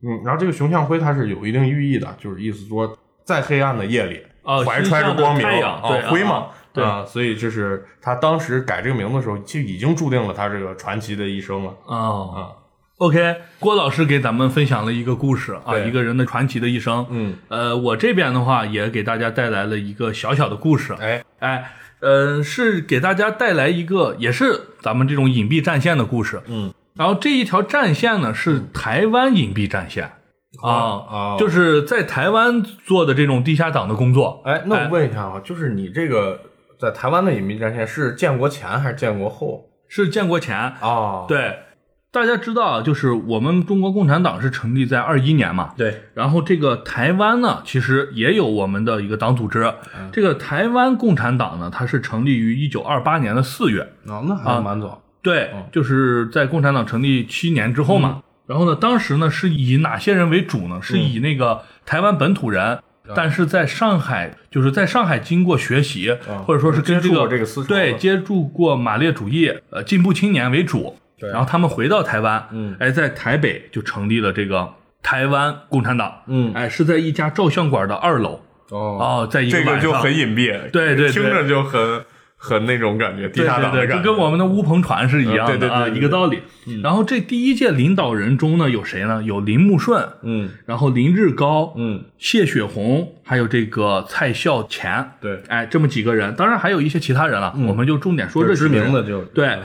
Speaker 2: 嗯，然后这个熊向晖它是有一定寓意的，就是意思说在黑暗的夜里，
Speaker 1: 哦
Speaker 2: 怀揣着光
Speaker 1: 西向的
Speaker 2: 明，
Speaker 1: 太阳对
Speaker 2: 啊，辉嘛
Speaker 1: 啊。对
Speaker 2: 啊，所以这是他当时改这个名字的时候，就已经注定了他这个传奇的一生了
Speaker 1: 哦。
Speaker 2: 啊。
Speaker 1: OK，郭老师给咱们分享了一个故事啊，
Speaker 2: 对
Speaker 1: 一个人的传奇的一生。
Speaker 2: 嗯，
Speaker 1: 呃，我这边的话也给大家带来了一个小小的故事。
Speaker 2: 哎，
Speaker 1: 哎，呃，是给大家带来一个也是咱们这种隐蔽战线的故事。
Speaker 2: 嗯，
Speaker 1: 然后这一条战线呢是台湾隐蔽战线啊，
Speaker 2: 啊
Speaker 1: 就是是在台湾做的这种地下党的工作。
Speaker 2: 哎，那我问一下啊，就是你这个在台湾的隐秘战线是建国前还是建国后
Speaker 1: 是建国前，
Speaker 2: 啊？
Speaker 1: 对，大家知道，啊就是我们中国共产党是成立在二一年嘛，
Speaker 2: 对，
Speaker 1: 然后这个台湾呢，其实也有我们的一个党组织。这个台湾共产党呢，它是成立于一九二八年的四月，
Speaker 2: 哦，那
Speaker 1: 啊
Speaker 2: 还蛮早。
Speaker 1: 对，
Speaker 2: 嗯
Speaker 1: 就是在共产党成立七年之后嘛。然后呢，当时呢是以哪些人为主
Speaker 2: 嗯
Speaker 1: 呢？是以那个台湾本土人。但是在上海，就是在上海经过学习，或者说是跟这
Speaker 2: 嗯接触
Speaker 1: 个
Speaker 2: 过这个思潮
Speaker 1: 对
Speaker 2: 的
Speaker 1: 接触过马列主义、呃进步青年为主，
Speaker 2: 对
Speaker 1: 然后他们回到台湾，
Speaker 2: 嗯
Speaker 1: 哎，在台北就成立了这个台湾共产党，
Speaker 2: 嗯
Speaker 1: 哎，是在一家照相馆的二楼，
Speaker 2: 哦，
Speaker 1: 哦，在一
Speaker 2: 这
Speaker 1: 晚上，
Speaker 2: 个就很隐蔽，
Speaker 1: 对对对
Speaker 2: 听着就很很那种感觉，地
Speaker 1: 对
Speaker 2: 下
Speaker 1: 对
Speaker 2: 党的
Speaker 1: 对，
Speaker 2: 感
Speaker 1: 就
Speaker 2: 觉，
Speaker 1: 跟我们的乌篷船是一样的、
Speaker 2: 嗯对对对
Speaker 1: 啊，
Speaker 2: 对对嗯
Speaker 1: 一个道理。然后这第一届领导人中呢，有谁呢？有林木顺，
Speaker 2: 嗯
Speaker 1: 然后林日高，
Speaker 2: 嗯，
Speaker 1: 谢雪红，还有这个蔡孝乾，
Speaker 2: 对，
Speaker 1: 哎，这么几个人，当然还有一些其他人了，我们就重点说这
Speaker 2: 知
Speaker 1: 几个人
Speaker 2: 名的嗯就
Speaker 1: 对，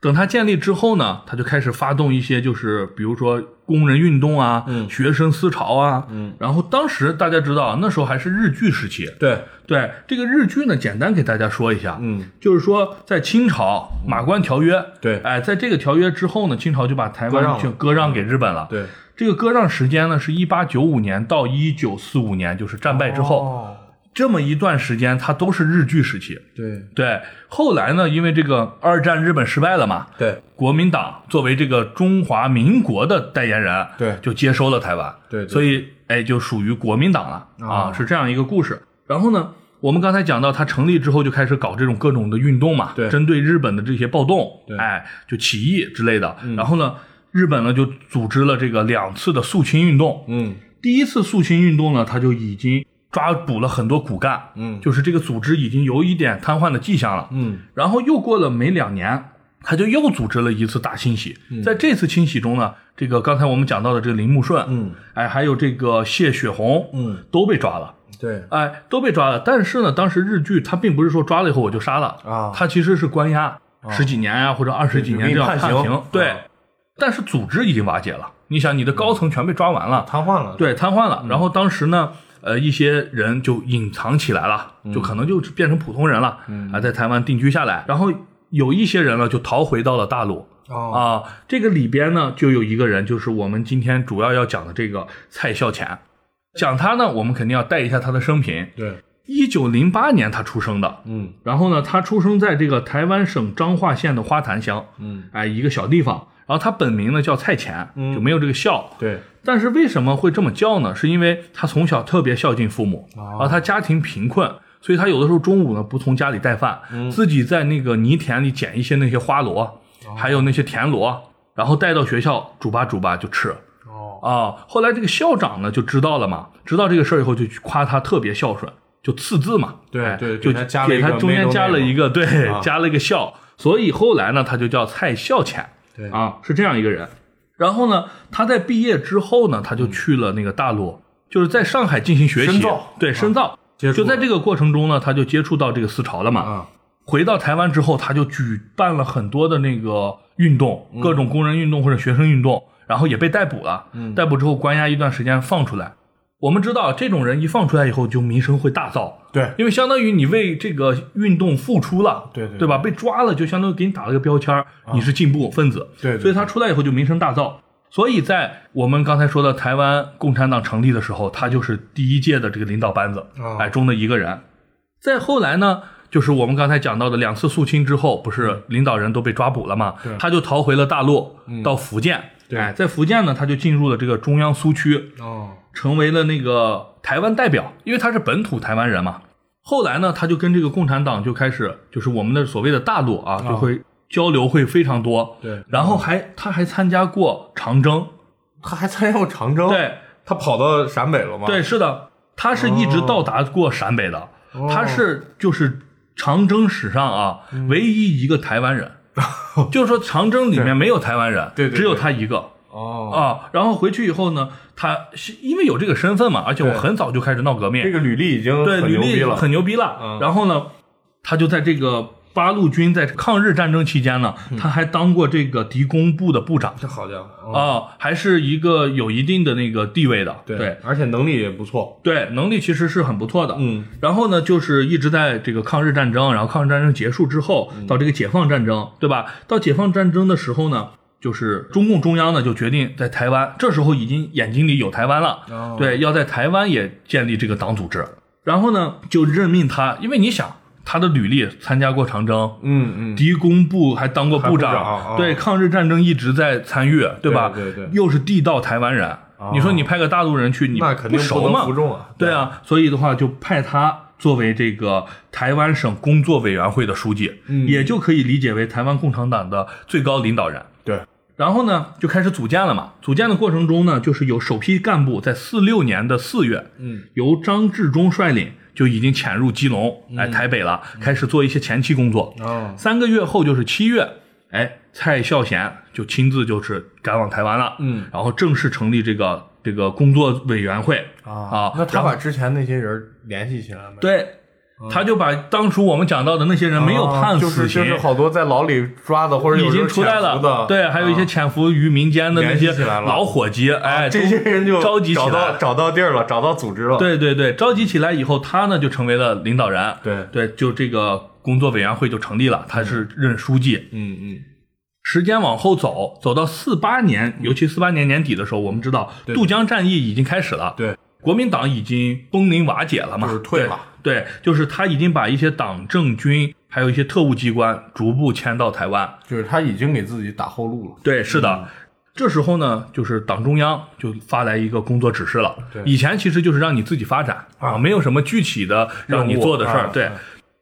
Speaker 1: 等他建立之后呢，他就开始发动一些，就是比如说工人运动啊，
Speaker 2: 嗯
Speaker 1: 学生思潮啊，
Speaker 2: 嗯，
Speaker 1: 然后当时大家知道，那时候还是日据时期，
Speaker 2: 对，
Speaker 1: 对这个日据呢，简单给大家说一下，
Speaker 2: 嗯
Speaker 1: 就是说在清朝马关条约，
Speaker 2: 对
Speaker 1: 哎，在这个条约之后呢，清朝就把台
Speaker 2: 割让
Speaker 1: 湾
Speaker 2: 了
Speaker 1: 就割让给日本了，
Speaker 2: 对，
Speaker 1: 这个割让时间呢是一八九五年到一九四五年，就是战败之后，
Speaker 2: 哦，
Speaker 1: 这么一段时间，它都是日据时期。
Speaker 3: 对
Speaker 1: 对，后来呢，因为这个二战日本失败了嘛，
Speaker 3: 对
Speaker 1: 国民党作为这个中华民国的代言人，
Speaker 2: 对
Speaker 1: 就接收了台湾，
Speaker 3: 对对
Speaker 1: 所以哎，就属于国民党了、啊，是这样一个故事。然后呢，我们刚才讲到，他成立之后就开始搞这种各种的运动嘛，
Speaker 3: 对
Speaker 1: 针对日本的这些暴动，
Speaker 3: 对嗯
Speaker 1: 哎，就起义之类的。然后呢，日本呢就组织了这个两次的肃清运动，
Speaker 3: 嗯
Speaker 1: 第一次肃清运动呢，他就已经抓捕了很多骨干，
Speaker 3: 嗯
Speaker 1: 就是这个组织已经有一点瘫痪的迹象了。
Speaker 3: 嗯
Speaker 1: 然后又过了没两年，他就又组织了一次大清洗。在这次清洗中呢，这个刚才我们讲到的这个林木顺，
Speaker 3: 嗯，
Speaker 1: 哎，还有这个谢雪红，
Speaker 3: 嗯，
Speaker 1: 都被抓了。
Speaker 3: 对
Speaker 1: 哎，都被抓了。但是呢，当时日剧他并不是说抓了以后我就杀了
Speaker 3: 啊
Speaker 1: 他其实是关押十几年啊，或者二十几年这
Speaker 2: 对就给你
Speaker 1: 样
Speaker 2: 判
Speaker 1: 判
Speaker 2: 刑
Speaker 1: 刑。对
Speaker 2: 啊，
Speaker 1: 但是组织已经瓦解了。你想，你的高层全被抓完了，
Speaker 2: 瘫痪了。
Speaker 1: 对，瘫痪了。然后当时呢，呃，一些人就隐藏起来了，就可能就变成普通人了，啊，在台湾定居下来。然后有一些人呢，就逃回到了大陆。
Speaker 3: 哦
Speaker 1: 啊，这个里边呢，就有一个人，就是我们今天主要要讲的这个蔡孝乾。讲他呢，我们肯定要带一下他的生平。
Speaker 3: 对
Speaker 1: 一九零八年他出生的，
Speaker 3: 嗯
Speaker 1: 然后呢，他出生在这个台湾省彰化县的花坛乡，
Speaker 3: 嗯
Speaker 1: 哎，一个小地方。然后他本名呢叫蔡乾，就没有这个孝。
Speaker 3: 对
Speaker 1: 但是为什么会这么叫呢？是因为他从小特别孝敬父母，
Speaker 3: 哦
Speaker 1: 然后他家庭贫困，所以他有的时候中午呢不从家里带饭，自己在那个泥田里捡一些那些花螺，还有那些田螺，然后带到学校煮吧煮吧就吃。
Speaker 3: 哦
Speaker 1: 啊，后来这个校长呢就知道了嘛，知道这个事儿以后就去夸他特别孝顺，就赐字嘛，
Speaker 2: 对
Speaker 1: 哎
Speaker 2: 对
Speaker 1: 就
Speaker 2: 给他加了一个
Speaker 1: 中间
Speaker 2: middle
Speaker 1: 加了
Speaker 2: name
Speaker 1: 一个对，
Speaker 2: 啊
Speaker 1: 加了一个孝，所以后来呢他就叫蔡孝乾，
Speaker 3: 对
Speaker 1: 啊是这样一个人。然后呢，他在毕业之后呢，他就去了那个大陆，就是在上海进行学习，
Speaker 2: 嗯深造啊
Speaker 1: 对深造。
Speaker 2: 接触
Speaker 1: 就在这个过程中呢，他就接触到这个思潮了嘛。
Speaker 2: 啊
Speaker 1: 回到台湾之后，他就举办了很多的那个运动，
Speaker 2: 嗯
Speaker 1: 各种工人运动或者学生运动，然后也被逮捕了。
Speaker 2: 嗯
Speaker 1: 逮捕之后关押一段时间，放出来。我们知道，这种人一放出来以后，就名声会大噪，
Speaker 2: 对
Speaker 1: 因为相当于你为这个运动付出了，
Speaker 2: 对啊对
Speaker 1: 对吧？被抓了，就相当于给你打了个标签儿，你是进步分子。
Speaker 2: 对对
Speaker 1: 所以他出来以后就名声大噪。所以在我们刚才说的台湾共产党成立的时候，他就是第一届的这个领导班子，
Speaker 2: 哦
Speaker 1: 哎中的一个人。再后来呢，就是我们刚才讲到的两次肃清之后，不
Speaker 2: 嗯
Speaker 1: 是领导人都被抓捕了嘛？他就逃回了大陆，到福建。
Speaker 2: 对
Speaker 1: 哎，在福建呢，他就进入了这个中央苏区，
Speaker 3: 哦
Speaker 1: 成为了那个台湾代表，因为他是本土台湾人嘛。后来呢，他就跟这个共产党就开始，就是我们的所谓的大陆
Speaker 2: 哦
Speaker 1: 啊，就会交流会非常多。
Speaker 3: 对
Speaker 1: 然后还他还参加过长征，
Speaker 2: 他还参加过长征，，
Speaker 1: 对
Speaker 2: 他跑到陕北了吗？
Speaker 1: 对，，是的，他是一直到达过陕北的，
Speaker 2: 哦
Speaker 1: 他是就是长征史上啊
Speaker 2: 嗯
Speaker 1: 唯一一个台湾 人，就是说长征里面没有台湾人，
Speaker 2: 对对对
Speaker 1: 只有他一个。
Speaker 3: 哦
Speaker 1: 啊，然后回去以后呢，他是因为有这个身份嘛，而且我
Speaker 2: 对
Speaker 1: 很早就开始闹革命，
Speaker 2: 这个履历已经
Speaker 1: 对，
Speaker 2: 很
Speaker 1: 履
Speaker 2: 牛逼
Speaker 1: 历
Speaker 2: 了，
Speaker 1: 很牛逼了。
Speaker 2: 嗯
Speaker 1: 然后呢，他就在这个八路军在抗日战争期间呢，
Speaker 2: 嗯
Speaker 1: 他还当过这个敌工部的部长
Speaker 3: 这好家伙哦
Speaker 1: 啊，还是一个有一定的那个地位的。对
Speaker 2: 而且能力也不错，
Speaker 1: 对，能力其实是很不错的。
Speaker 2: 嗯，
Speaker 1: 然后呢，就是一直在这个抗日战争，然后抗日战争结束之后，到这个解放战争，对吧？到解放战争的时候呢，就是中共中央呢就决定在台湾，这时候已经眼睛里有台湾了，
Speaker 3: 哦
Speaker 1: 对，要在台湾也建立这个党组织。然后呢，就任命他，因为你想他的履历参加过长征，
Speaker 2: 嗯嗯，
Speaker 1: 敌工部还当过部长，
Speaker 2: 还部长啊
Speaker 1: 对抗日战争一直在参与，对吧？
Speaker 2: 对对对啊
Speaker 1: 又是地道台湾人，你说你派个大陆人去，你
Speaker 2: 那肯
Speaker 1: 不
Speaker 2: 定
Speaker 1: 熟
Speaker 2: 能
Speaker 1: 嘛
Speaker 2: 服？众啊，
Speaker 1: 对啊，所以的话就派他作为这个台湾省工作委员会的书记，
Speaker 2: 嗯
Speaker 1: 也就可以理解为台湾共产党的最高领导人。
Speaker 2: 对，
Speaker 1: 然后呢，就开始组建了嘛。组建的过程中呢，就是有首批干部在四六年的四月，
Speaker 3: 嗯，
Speaker 1: 由张治中率领就已经潜入基隆，来
Speaker 2: 嗯
Speaker 1: 台北了，开始做一些前期工作。
Speaker 3: 哦
Speaker 1: 三个月后就是七月，哎，蔡孝贤就亲自就是赶往台湾了，
Speaker 3: 嗯，
Speaker 1: 然后正式成立这个这个工作委员会啊
Speaker 2: 那他把之前那些人联系起来没？
Speaker 1: 对，他就把当初我们讲到的那些人没有
Speaker 2: 啊
Speaker 1: 判
Speaker 2: 就是
Speaker 1: 死
Speaker 2: 就
Speaker 1: 刑，
Speaker 2: 是好多在牢里抓的或者
Speaker 1: 已
Speaker 2: 有时候
Speaker 1: 经出来
Speaker 2: 潜伏的啊
Speaker 1: 了，对，还有一些潜伏于民间的那些
Speaker 2: 联系起来了啊
Speaker 1: 老伙计，哎，
Speaker 2: 这些
Speaker 1: 都
Speaker 2: 人就
Speaker 1: 着急起
Speaker 2: 找
Speaker 1: 来
Speaker 2: 到
Speaker 1: 了。
Speaker 2: 找到地儿了，找到组织了，
Speaker 1: 对对对，召集起来以后，他呢就成为了领导人。
Speaker 2: 对
Speaker 1: 对，就这个工作委员会就成立了，他是任书记。
Speaker 2: 嗯嗯，
Speaker 1: 时间往后走，走到四八年，尤其四八年年底的时候，我们知道
Speaker 3: 对
Speaker 1: 渡江战役已经开始了，
Speaker 3: 对，
Speaker 1: 国民党已经崩临瓦解了嘛，
Speaker 2: 就是退了
Speaker 1: 对，对，就是他已经把一些党政军还有一些特务机关逐步迁到台湾。
Speaker 2: 就是他已经给自己打后路了。
Speaker 1: 对，是的。这时候呢，就是党中央就发来一个工作指示了。
Speaker 2: 对
Speaker 1: 以前其实就是让你自己发展啊，没有什么具体的让你做的事
Speaker 2: 任
Speaker 1: 儿。
Speaker 2: 务啊
Speaker 1: 对，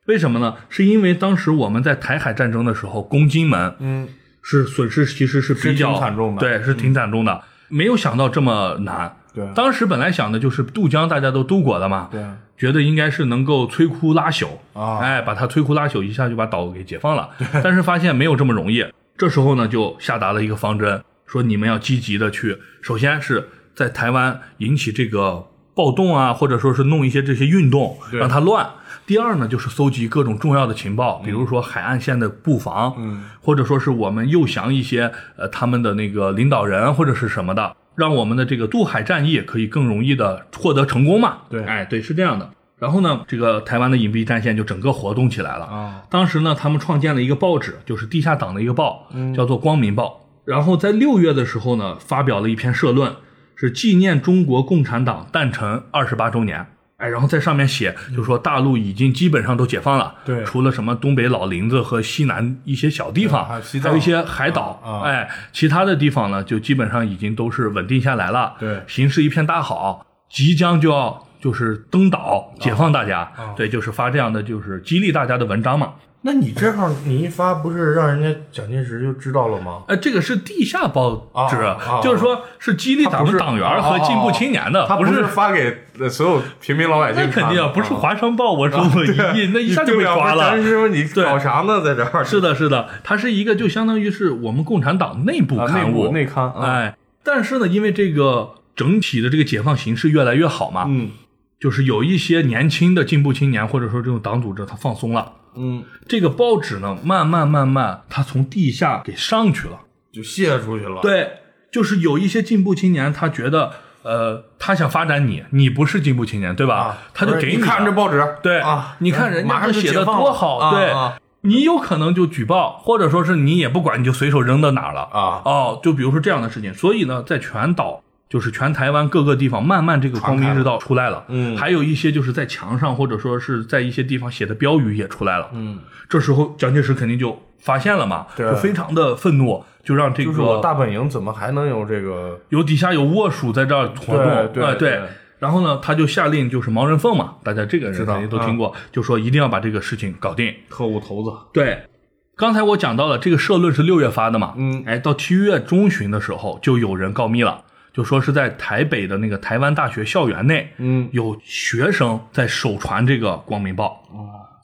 Speaker 1: 为什么呢？是因为当时我们在台海战争的时候，攻金门，
Speaker 2: 嗯，
Speaker 1: 是损失其实是比较
Speaker 2: 是挺惨重的嗯
Speaker 1: 对，是挺惨重的。没有想到这么难。
Speaker 2: 对
Speaker 1: 当时本来想的就是渡江，大家都渡过了嘛，
Speaker 2: 对，
Speaker 1: 觉得应该是能够摧枯拉朽
Speaker 2: 啊
Speaker 1: 哎，把它摧枯拉朽一下就把岛给解放了。但是发现没有这么容易，这时候呢就下达了一个方针，说你们要积极的去，首先是在台湾引起这个暴动啊，或者说是弄一些这些运动，
Speaker 2: 对
Speaker 1: 让它乱。第二呢，就是搜集各种重要的情报，比如说海岸线的布防，
Speaker 2: 嗯，
Speaker 1: 或者说是我们诱降一些呃他们的那个领导人或者是什么的，让我们的这个渡海战役可以更容易的获得成功嘛。
Speaker 2: 对
Speaker 1: 哎，对，是这样的。然后呢，这个台湾的隐蔽战线就整个活动起来了。
Speaker 2: 啊，
Speaker 1: 当时呢，他们创建了一个报纸，就是地下党的一个报，
Speaker 2: 嗯
Speaker 1: 叫做《光明报》。然后在六月的时候呢，发表了一篇社论，是纪念中国共产党诞辰二十八周年。哎，然后在上面写，就说大陆已经基本上都解放了，
Speaker 2: 对
Speaker 1: 除了什么东北老林子和西南一些小地方，
Speaker 2: 对还有西藏
Speaker 1: 还有一些海岛，
Speaker 2: 啊啊
Speaker 1: 哎，其他的地方呢，就基本上已经都是稳定下来了，
Speaker 2: 对
Speaker 1: 形势一片大好，即将就要就是登岛解放大家，
Speaker 2: 啊
Speaker 1: 对，就是发这样的就是激励大家的文章嘛，
Speaker 2: 那你这号你一发，不是让人家蒋介石就知道了吗？
Speaker 1: 呃，这个是地下报纸，
Speaker 2: 啊啊啊
Speaker 1: 就是说是激励咱们党员和进步青年的，
Speaker 2: 他
Speaker 1: 不
Speaker 2: 啊是发给呃所有平民老百姓
Speaker 1: 那
Speaker 2: 看的，
Speaker 1: 肯定啊，不啊是华商报，我说 我一印，那一下就被抓
Speaker 2: 对啊不
Speaker 1: 了
Speaker 2: 是。是不是你
Speaker 1: 对
Speaker 2: 搞啥呢？在这儿
Speaker 1: 是的，是的，它是一个就相当于是我们共产党内部
Speaker 2: 啊
Speaker 1: 刊
Speaker 2: 内
Speaker 1: 物
Speaker 2: 部，内刊，啊
Speaker 1: 哎，但是呢，因为这个整体的这个解放形势越来越好嘛，
Speaker 2: 嗯
Speaker 1: 就是有一些年轻的进步青年或者说这种党组织，他放松了。
Speaker 2: 嗯，
Speaker 1: 这个报纸呢，慢慢慢慢，它从地下给上去了。
Speaker 2: 就泄出去了。
Speaker 1: 对，就是有一些进步青年，他觉得，呃，他想发展你，你不是进步青年，对吧？
Speaker 2: 啊，
Speaker 1: 他就
Speaker 2: 不是
Speaker 1: 给
Speaker 2: 你看
Speaker 1: 了
Speaker 2: 这报纸，
Speaker 1: 对
Speaker 2: 啊，
Speaker 1: 你看人
Speaker 2: 马
Speaker 1: 家
Speaker 2: 上
Speaker 1: 都
Speaker 2: 就
Speaker 1: 写
Speaker 2: 解
Speaker 1: 的
Speaker 2: 放
Speaker 1: 多
Speaker 2: 了
Speaker 1: 好，
Speaker 2: 啊
Speaker 1: 对。
Speaker 2: 啊
Speaker 1: 你有可能就举报，或者说是你也不管，你就随手扔到哪儿了
Speaker 2: 啊
Speaker 1: 哦，就比如说这样的事情，所以呢，在全岛，就是全台湾各个地方，慢慢这个光明日报出来了。
Speaker 2: 嗯
Speaker 1: 还有一些就是在墙上，或者说是在一些地方写的标语也出来了。
Speaker 2: 嗯，
Speaker 1: 这时候蒋介石肯定就发现了嘛，
Speaker 2: 对
Speaker 1: 就非常的愤怒，就让这个
Speaker 2: 就是我大本营怎么还能有这个？
Speaker 1: 有底下有卧鼠在这儿活动，
Speaker 2: 对对
Speaker 1: 呃对
Speaker 2: 对
Speaker 1: 然后呢，他就下令就是毛人凤嘛，大家这个人
Speaker 2: 知道嗯
Speaker 1: 肯定都听过，就说一定要把这个事情搞定。
Speaker 2: 特务头子，
Speaker 1: 对，刚才我讲到了这个社论是六月发的嘛，
Speaker 2: 嗯
Speaker 1: 哎，到七月中旬的时候就有人告密了，就说是在台北的那个台湾大学校园内，
Speaker 2: 嗯，
Speaker 1: 有学生在手传这个《光明报》，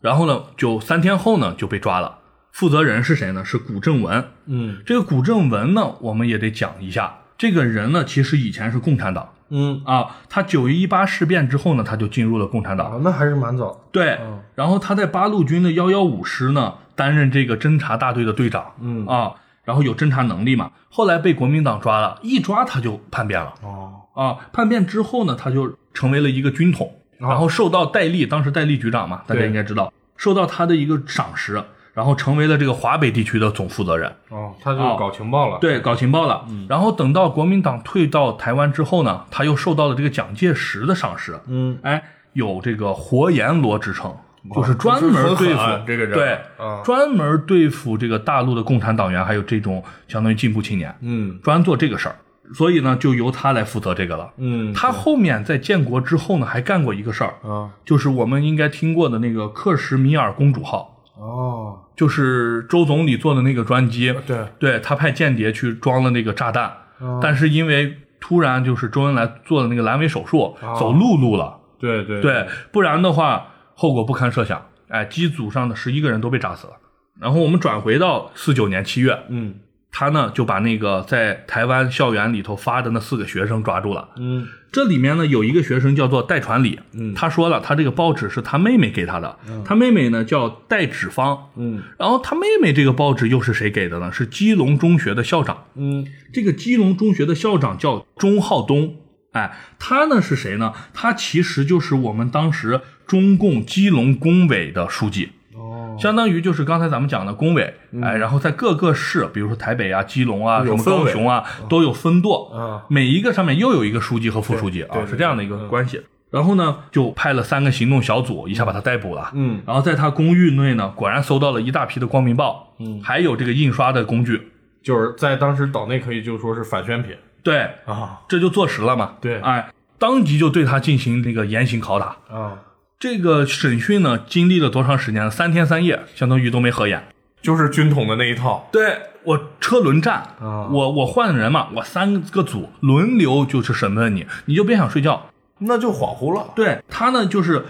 Speaker 1: 然后呢，就三天后呢就被抓了。负责人是谁呢？是古正文。
Speaker 2: 嗯
Speaker 1: 这个古正文呢，我们也得讲一下。这个人呢，其实以前是共产党
Speaker 2: 嗯，
Speaker 1: 啊，他九一八事变之后呢，他就进入了共产党。
Speaker 2: 啊，那还是蛮早，
Speaker 1: 对
Speaker 2: 嗯，
Speaker 1: 然后他在八路军的幺幺五师呢，担任这个侦察大队的队长。
Speaker 2: 嗯
Speaker 1: 啊，然后有侦察能力嘛。后来被国民党抓了，一抓他就叛变了。
Speaker 2: 哦，
Speaker 1: 啊，叛变之后呢，他就成为了一个军统，
Speaker 2: 啊
Speaker 1: 然后受到戴笠，当时戴笠局长嘛，大家
Speaker 2: 对
Speaker 1: 应该知道，受到他的一个赏识，然后成为了这个华北地区的总负责人，
Speaker 2: 哦，他就
Speaker 1: 哦
Speaker 2: 搞情报了，，
Speaker 1: 对，搞情报了。
Speaker 2: 嗯
Speaker 1: 然后等到国民党退到台湾之后呢，他又受到了这个蒋介石的赏识，
Speaker 2: 嗯，
Speaker 1: 哎，有这个活阎罗之称。就是专门对
Speaker 2: 就是很
Speaker 1: 付
Speaker 2: 狠这个人
Speaker 1: 对，
Speaker 2: 啊
Speaker 1: 专门对付这个大陆的共产党员，还有这种相当于进步青年，
Speaker 2: 嗯
Speaker 1: 专做这个事儿，所以呢，就由他来负责这个了。
Speaker 2: 嗯，
Speaker 1: 他后面在建国之后呢，还干过一个事儿，
Speaker 2: 啊，
Speaker 1: 就是我们应该听过的那个克什米尔公主号，
Speaker 2: 哦，
Speaker 1: 就是周总理坐的那个专机，
Speaker 2: 对，
Speaker 1: 对他派间谍去装了那个炸弹，
Speaker 2: 哦
Speaker 1: 但是因为突然就是周恩来做的那个阑尾手术，
Speaker 2: 啊
Speaker 1: 走陆路了，
Speaker 2: 对对
Speaker 1: 对，不然的话后果不堪设想。哎，机组上的十一个人都被炸死了。然后我们转回到四九年七月，
Speaker 2: 嗯
Speaker 1: 他呢就把那个在台湾校园里头发的那四个学生抓住了。
Speaker 2: 嗯
Speaker 1: 这里面呢有一个学生叫做戴传礼，
Speaker 2: 嗯
Speaker 1: 他说了，他这个报纸是他妹妹给他的，他妹妹呢叫戴芷芳，
Speaker 2: 嗯
Speaker 1: 然后他妹妹这个报纸又是谁给的呢？是基隆中学的校长，
Speaker 2: 嗯，
Speaker 1: 这个基隆中学的校长叫钟浩东，哎，他呢是谁呢？他其实就是我们当时中共基隆工委的书记，
Speaker 2: 哦，
Speaker 1: 相当于就是刚才咱们讲的工委，哎，然后在各个市，比如说台北啊、基隆啊、什
Speaker 2: 嗯有
Speaker 1: 么
Speaker 2: 分
Speaker 1: 高
Speaker 2: 委
Speaker 1: 雄啊，都有分舵，
Speaker 2: 啊
Speaker 1: 每一个上面又有一个书记和副书记
Speaker 2: 对
Speaker 1: 啊
Speaker 2: 对，对嗯
Speaker 1: 是这样的一个关系。然后呢，就派了三个行动小组，一下把他逮捕了。
Speaker 2: 嗯
Speaker 1: 然后在他公寓内呢，果然搜到了一大批的光明报，
Speaker 2: 嗯
Speaker 1: 还有这个印刷的工具。
Speaker 2: 就是在当时岛内可以就说是反宣品
Speaker 1: 对，
Speaker 2: 啊
Speaker 1: 这就坐实了嘛。
Speaker 2: 对
Speaker 1: 哎，当即就对他进行那个严刑拷打。
Speaker 2: 啊，
Speaker 1: 这个审讯呢，经历了多长时间呢？三天三夜，相当于都没合眼。
Speaker 2: 就是军统的那一套
Speaker 1: 对我车轮战，
Speaker 2: 啊
Speaker 1: 我我换人嘛，我三个组轮流就是审问你，你就别想睡觉。
Speaker 2: 那就恍惚了。
Speaker 1: 对他呢，就是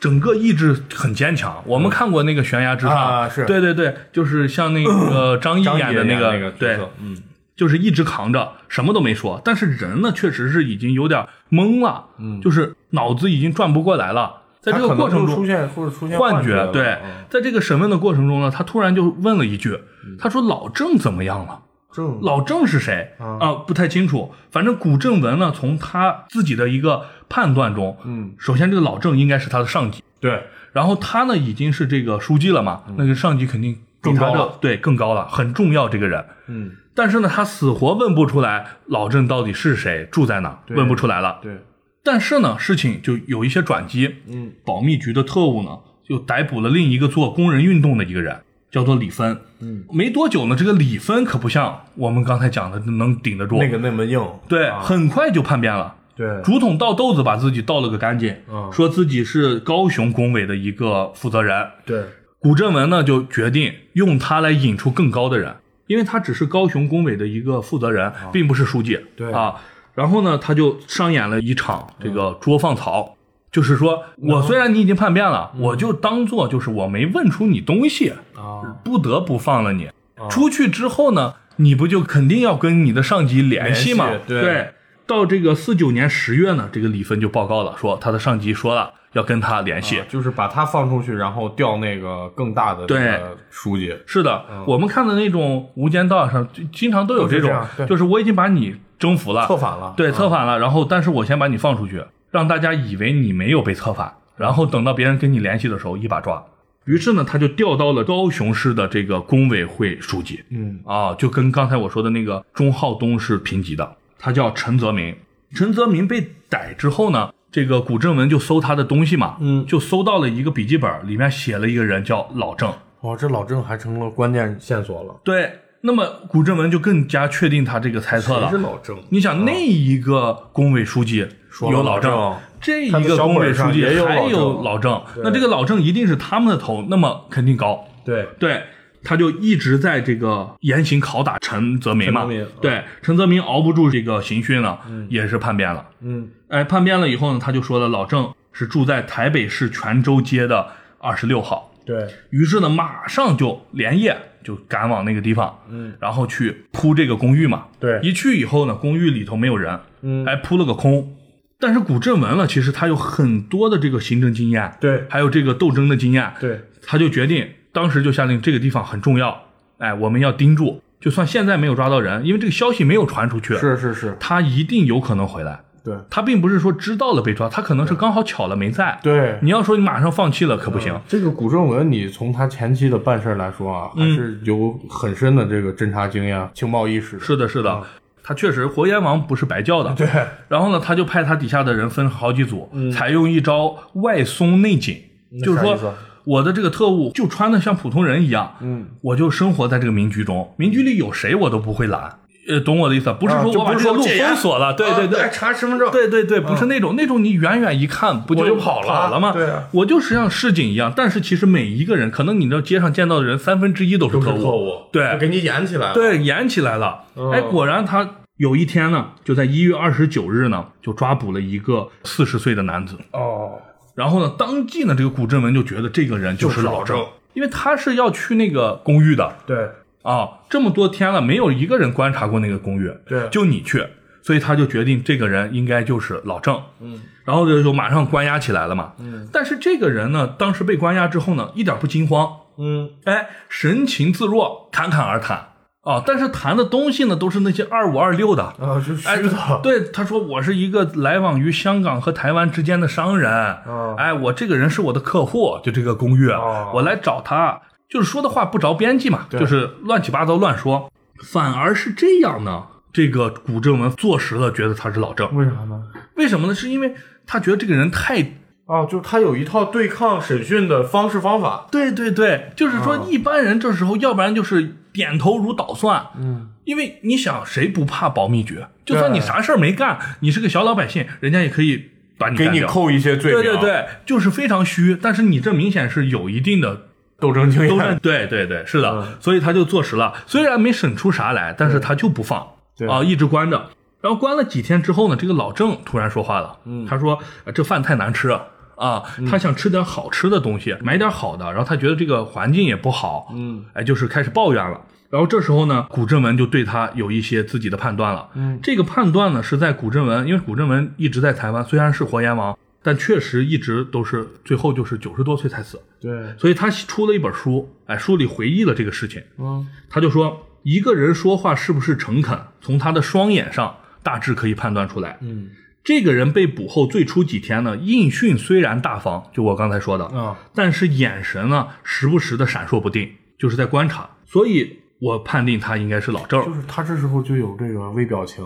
Speaker 1: 整个意志很坚强。我们看过那个《悬崖之上》
Speaker 2: 嗯啊是
Speaker 1: 对对对，就是像那 个张译
Speaker 2: 张
Speaker 1: 演的
Speaker 2: 那
Speaker 1: 个，
Speaker 2: 个角
Speaker 1: 对，
Speaker 2: 色，嗯，
Speaker 1: 就是一直扛着，什么都没说。但是人呢，确实是已经有点懵了，
Speaker 2: 嗯
Speaker 1: 就是脑子已经转不过来了。在这
Speaker 2: 他
Speaker 1: 个
Speaker 2: 可能
Speaker 1: 过程
Speaker 2: 就出
Speaker 1: 中，
Speaker 2: 现或者出现
Speaker 1: 幻
Speaker 2: 觉了，
Speaker 1: 对
Speaker 2: 嗯，
Speaker 1: 在这个审问的过程中呢，他突然就问了一句，他说：“老郑怎么样了？”
Speaker 2: 正
Speaker 1: 老郑是谁
Speaker 2: 啊
Speaker 1: 啊、不太清楚。反正古正文呢，从他自己的一个判断中，
Speaker 2: 嗯，
Speaker 1: 首先这个老郑应该是他的上级，
Speaker 2: 对
Speaker 1: 然后他呢已经是这个书记了嘛，
Speaker 2: 嗯
Speaker 1: 那个上级肯定比
Speaker 2: 更
Speaker 1: 他
Speaker 2: 高
Speaker 1: 这
Speaker 2: 了
Speaker 1: 对更高了，很重要这个人。
Speaker 2: 嗯
Speaker 1: 但是呢，他死活问不出来老郑到底是谁，住在哪儿，
Speaker 2: 对
Speaker 1: 问不出来了。
Speaker 2: 对
Speaker 1: 但是呢，事情就有一些转机。
Speaker 2: 嗯
Speaker 1: 保密局的特务呢，就逮捕了另一个做工人运动的一个人，叫做李芬。
Speaker 2: 嗯，
Speaker 1: 没多久呢，这个李芬可不像我们刚才讲的能顶得住，
Speaker 2: 那个那么硬，
Speaker 1: 对，
Speaker 2: 啊
Speaker 1: 很快就叛变了。
Speaker 2: 对
Speaker 1: 竹筒倒豆子，把自己倒了个干净，
Speaker 2: 嗯
Speaker 1: 说自己是高雄工委的一个负责人。
Speaker 2: 对
Speaker 1: 古正文呢就决定用他来引出更高的人，因为他只是高雄工委的一个负责人，并不是书记。
Speaker 2: 对
Speaker 1: 啊，然后呢，他就上演了一场这个捉放曹，就是说我虽然你已经叛变了，我就当做就是我没问出你东西，
Speaker 2: 啊，
Speaker 1: 不得不放了你。出去之后呢，你不就肯定要跟你的上级联系嘛
Speaker 2: 联系？对
Speaker 1: 到这个四九年十月呢，这个李芬就报告了，说他的上级说了要跟他联系。
Speaker 2: 就是把他放出去，然后调那个更大的
Speaker 1: 对
Speaker 2: 那个书记，
Speaker 1: 是的，
Speaker 2: 嗯
Speaker 1: 我们看的那种《无间道》上，就经常都有这
Speaker 2: 都是
Speaker 1: 种
Speaker 2: 这样，对
Speaker 1: 就是我已经把你征服了，
Speaker 2: 策反了，
Speaker 1: 对，
Speaker 2: 啊
Speaker 1: 策反了，然后但是我先把你放出去，让大家以为你没有被策
Speaker 2: 嗯
Speaker 1: 反，然后等到别人跟你联系的时候一把抓。于是呢，他就调到了高雄市的这个工委会书记，
Speaker 2: 嗯
Speaker 1: 啊，就跟刚才我说的那个钟浩东是平级的，他叫陈泽民。陈泽民被逮之后呢，这个古正文就搜他的东西嘛，
Speaker 2: 嗯
Speaker 1: 就搜到了一个笔记本，里面写了一个人叫老郑。
Speaker 2: 哦，这老郑还成了关键线索了。
Speaker 1: 对，那么古正文就更加确定他这个猜测
Speaker 2: 谁是
Speaker 1: 了。
Speaker 2: 老郑？
Speaker 1: 你想，那一个工委书记
Speaker 2: 说了
Speaker 1: 有老郑
Speaker 2: 老郑，
Speaker 1: 这一
Speaker 2: 他的
Speaker 1: 个
Speaker 2: 小
Speaker 1: 工委
Speaker 2: 本
Speaker 1: 书
Speaker 2: 上
Speaker 1: 记
Speaker 2: 也有
Speaker 1: 还
Speaker 2: 老
Speaker 1: 有
Speaker 2: 郑
Speaker 1: 老郑，
Speaker 2: 对
Speaker 1: 那这个老郑一定是他们的头，那么肯定高。
Speaker 2: 对，
Speaker 1: 对，他就一直在这个严刑拷打陈泽民嘛
Speaker 2: 陈泽嗯民。
Speaker 1: 对，陈泽民熬不住这个刑讯了，也是叛变了。
Speaker 2: 嗯
Speaker 1: 哎，叛变了以后呢，他就说了，老郑是住在台北市泉州街的二十六号。
Speaker 2: 对，
Speaker 1: 于是呢，马上就连夜就赶往那个地方，
Speaker 2: 嗯，
Speaker 1: 然后去扑这个公寓嘛。
Speaker 2: 对
Speaker 1: 一去以后呢，公寓里头没有人，
Speaker 2: 嗯
Speaker 1: 哎，扑了个空。但是古正文了，其实他有很多的这个行政经验，
Speaker 2: 对
Speaker 1: 还有这个斗争的经验，
Speaker 2: 对，
Speaker 1: 他就决定，当时就下令这个地方很重要，哎，我们要盯住，就算现在没有抓到人，因为这个消息没有传出去，
Speaker 2: 是是是，
Speaker 1: 他一定有可能回来。
Speaker 2: 对
Speaker 1: 他并不是说知道了被抓，他可能是刚好巧了没在。
Speaker 2: 对。嗯
Speaker 1: 你要说你马上放弃了，可不行。
Speaker 2: 这个古正文，你从他前期的办事来说啊，还是有很深的这个侦查经验、啊情报意识。
Speaker 1: 是的，是的，他确实活阎王不是白叫的。
Speaker 2: 嗯对，嗯
Speaker 1: 然后呢，他就派他底下的人分好几组，采用一招外松内紧，就是
Speaker 2: 啥意
Speaker 1: 说
Speaker 2: 思啊
Speaker 1: 我的这个特务就穿的像普通人一样，
Speaker 2: 嗯，
Speaker 1: 我就生活在这个民居中，民居里有谁我都不会拦，呃，懂我的意思？不是
Speaker 2: 啊
Speaker 1: 说
Speaker 2: 就
Speaker 1: 我把
Speaker 2: 不
Speaker 1: 这
Speaker 2: 是
Speaker 1: 个路
Speaker 2: 说戒严
Speaker 1: 封锁了，对对
Speaker 2: 啊
Speaker 1: 对。
Speaker 2: 查身份证，
Speaker 1: 对对对，不是那种、那种，你远远一看不
Speaker 2: 嗯我
Speaker 1: 就
Speaker 2: 就跑了
Speaker 1: 了吗？
Speaker 2: 对啊
Speaker 1: 我就是像市井一样，但是其实每一个人，可能你这街上见到的人三分之一都是
Speaker 2: 都是
Speaker 1: 特务，
Speaker 2: 特务，
Speaker 1: 对
Speaker 2: 就给你演起来了。
Speaker 1: 对，演起来了。哎，果然他有一天呢，就在一月二十九日呢，就抓捕了一个四十岁的男子。
Speaker 2: 哦，
Speaker 1: 然后呢，当即呢，这个古正文就觉得这个人就是老郑，
Speaker 2: 就是老郑
Speaker 1: 因为他是要去那个公寓的
Speaker 2: 对
Speaker 1: 啊，这么多天了，没有一个人观察过那个公寓，
Speaker 2: 对
Speaker 1: 就你去，所以他就决定这个人应该就是老郑。
Speaker 2: 嗯，
Speaker 1: 然后就就马上关押起来了嘛。嗯，但是这个人呢，当时被关押之后呢，一点不惊慌，
Speaker 2: 嗯，
Speaker 1: 哎，神情自若，侃侃而谈啊。但是谈的东西呢，都是那些二五二六的。
Speaker 2: 啊，就虚
Speaker 1: 哎
Speaker 2: 的，，
Speaker 1: 对，他说我是一个来往于香港和台湾之间的商人，
Speaker 2: 哦
Speaker 1: 哎，我这个人是我的客户，就这个公寓，
Speaker 2: 哦
Speaker 1: 我来找他，就是说的话不着边际嘛，
Speaker 2: 对
Speaker 1: 就是乱七八糟乱说，反而是这样呢，这个古正文坐实了，觉得他是老郑，
Speaker 2: 为啥呢？
Speaker 1: 为什么呢？是因为他觉得这个人太
Speaker 2: 啊，就是他有一套对抗审讯的方式方法，
Speaker 1: 对对对，就是说
Speaker 2: 嗯
Speaker 1: 一般人这时候，要不然就是点头如捣蒜，嗯，因为你想谁不怕保密局？就算你啥事儿没干，你是个小老百姓，人家也可以把你
Speaker 2: 给
Speaker 1: 干
Speaker 2: 你
Speaker 1: 掉。
Speaker 2: 扣一些罪
Speaker 1: 对
Speaker 2: 名，
Speaker 1: 对，对，就是非常虚，但是你这明显是有一定的
Speaker 2: 斗争经
Speaker 1: 都嗯
Speaker 2: 验，
Speaker 1: 对对对，是的，所以他就坐实了，虽然没审出啥来，但是他就不放，
Speaker 2: 对
Speaker 1: 啊，一直关着。然后关了几天之后呢，这个老郑突然说话了，他说、呃这饭太难吃了。啊，他想吃点好吃的东西，买点好的，然后他觉得这个环境也不好，嗯，哎，就是开始抱怨了。然后这时候呢，古振文就对他有一些自己的判断了，嗯，这个判断呢是在古振文，因为古振文一直在台湾，虽然是活阎王，但确实一直都是最后就是九十多岁才死，
Speaker 2: 对，
Speaker 1: 所以他出了一本书，哎，书里回忆了这个事情。
Speaker 2: 嗯，
Speaker 1: 他就说，一个人说话是不是诚恳，从他的双眼上大致可以判断出来。
Speaker 2: 嗯，
Speaker 1: 这个人被捕后最初几天呢，应讯虽然大方，就我刚才说的，
Speaker 2: 啊，
Speaker 1: 但是眼神呢，时不时的闪烁不定，就是在观察。所以我判定他应该是老郑
Speaker 2: 就。是他这时候就有这个微表情，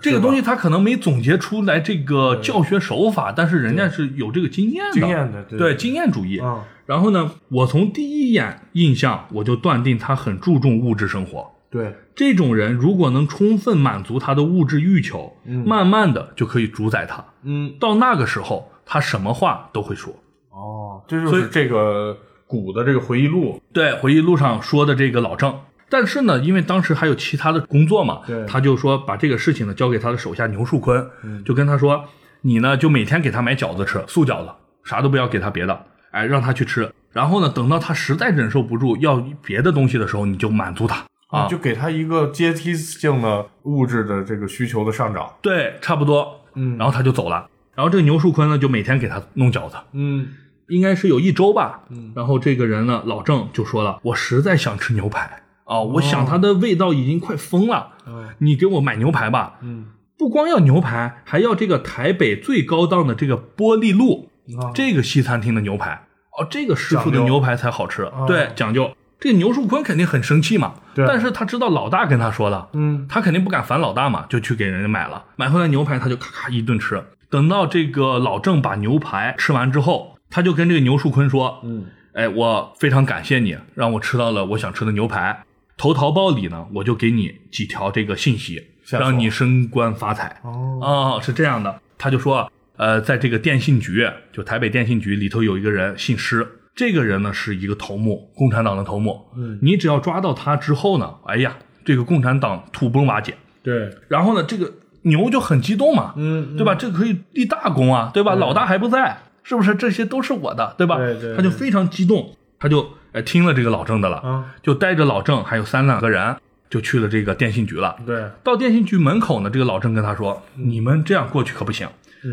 Speaker 1: 这个东西他可能没总结出来这个教学手法，但是人家是有这个经验的，
Speaker 2: 经验的，对
Speaker 1: 对经验主义。
Speaker 2: 啊，
Speaker 1: 然后呢，我从第一眼印象我就断定他很注重物质生活。
Speaker 2: 对，
Speaker 1: 这种人如果能充分满足他的物质欲求，慢慢的就可以主宰他。
Speaker 2: 嗯，
Speaker 1: 到那个时候，他什么话都会说。
Speaker 2: 哦，这就
Speaker 1: 所
Speaker 2: 是
Speaker 1: 以
Speaker 2: 这个古的这个回忆录，
Speaker 1: 对，回忆录上说的这个老郑，但是呢，因为当时还有其他的工作嘛
Speaker 2: 对，嗯
Speaker 1: 他就说把这个事情呢交给他的手下牛树坤，就跟他说，你呢就每天给他买饺子吃，素饺子，啥都不要给他别的，哎，让他去吃。然后呢，等到他实在忍受不住要别的东西的时候，你就满足他啊，
Speaker 2: 就给他一个阶梯性的物质的这个需求的上涨，
Speaker 1: 对，差不多。
Speaker 2: 嗯
Speaker 1: 然后他就走了。然后这个牛树坤呢，就每天给他弄饺子，
Speaker 2: 嗯，
Speaker 1: 应该是有一周吧。然后这个人呢，老郑就说了，我实在想吃牛排啊，我
Speaker 2: 哦
Speaker 1: 想它的味道已经快疯了，
Speaker 2: 嗯
Speaker 1: 你给我买牛排吧。
Speaker 2: 嗯，
Speaker 1: 不光要牛排，还要这个台北最高档的这个玻璃路，
Speaker 2: 啊
Speaker 1: 这个西餐厅的牛排哦，这个师傅
Speaker 2: 讲
Speaker 1: 的
Speaker 2: 究哦
Speaker 1: 牛排才好吃，对，讲究。这个牛树坤肯定很生气嘛，
Speaker 2: 对
Speaker 1: 但是他知道老大跟他说了，
Speaker 2: 嗯，
Speaker 1: 他肯定不敢烦老大嘛，就去给人家买了，买回来牛排他就咔咔一顿吃。等到这个老郑把牛排吃完之后，他就跟这个牛树坤说，
Speaker 2: 嗯，
Speaker 1: 哎，我非常感谢你，让我吃到了我想吃的牛排。投桃报李呢，我就给你几条这个信息，
Speaker 2: 下手
Speaker 1: 让你升官发财。
Speaker 2: 哦，
Speaker 1: 哦，是这样的，他就说，呃，在这个电信局，就台北电信局里头有一个人姓施，这个人呢是一个头目，共产党的头目。嗯，你只要抓到他之后呢，哎呀，这个共产党土崩瓦解。
Speaker 2: 对，
Speaker 1: 然后呢，这个牛就很激动嘛，
Speaker 2: 嗯，
Speaker 1: 对吧？这个可以立大功啊，对吧？老大还不在，是不是？这些都是我的，对吧？
Speaker 2: 对对
Speaker 1: 他就非常激动，他就呃听了这个老郑的了，
Speaker 2: 啊，
Speaker 1: 就带着老郑还有三两个人就去了这个电信局了。
Speaker 2: 对，
Speaker 1: 到电信局门口呢，这个老郑跟他说：“
Speaker 2: 嗯
Speaker 1: 你们这样过去可不行。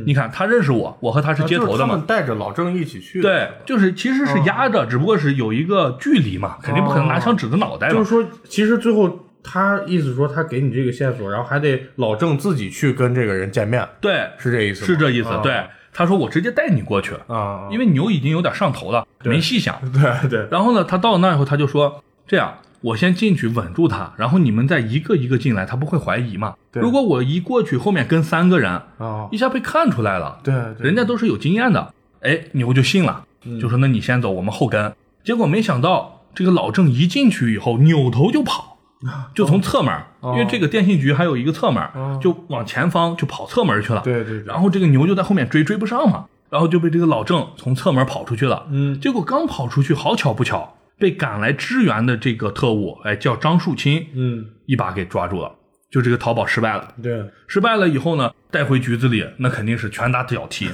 Speaker 1: 你看他认识我，我和他是街头的
Speaker 2: 啊他
Speaker 1: 嘛。
Speaker 2: 们带着老郑一起去，，啊
Speaker 1: 对，就是其实是压着，只不过是有一个距离嘛，肯定不可能拿枪指着脑袋嘛。
Speaker 2: 哦就是说，其实最后他意思说他给你这个线索，然后还得老郑自己去跟这个人见面，
Speaker 1: 对，
Speaker 2: 是这意思吗？
Speaker 1: 是这意思。
Speaker 2: 啊
Speaker 1: 对，他说我直接带你过去，
Speaker 2: 啊，
Speaker 1: 因为牛已经有点上头了，没细想。
Speaker 2: 对对，
Speaker 1: 然后呢，他到那以后，他就说这样，我先进去稳住他，然后你们再一个一个进来，他不会怀疑嘛。
Speaker 2: 对
Speaker 1: 如果我一过去，后面跟三个人，
Speaker 2: 啊，
Speaker 1: 一下被看出来了，
Speaker 2: 对，对
Speaker 1: 人家都是有经验的。哎，牛就信了，
Speaker 2: 嗯
Speaker 1: 就说那你先走，我们后跟。结果没想到这个老郑一进去以后，扭头就 跑，就从侧门，因为这个电信局还有一个侧门，
Speaker 2: 哦
Speaker 1: 就往前方就跑侧门去了。
Speaker 2: 对对，对
Speaker 1: 然后这个牛就在后面追，追不上嘛，然后就被这个老郑从侧门跑出去了。
Speaker 2: 嗯
Speaker 1: 结果刚跑出去，好巧不巧，被赶来支援的这个特务，哎，叫张树清，
Speaker 2: 嗯，
Speaker 1: 一把给抓住了。就这个逃跑失败了，
Speaker 2: 对
Speaker 1: 失败了以后呢，带回局子里，那肯定是拳打脚踢，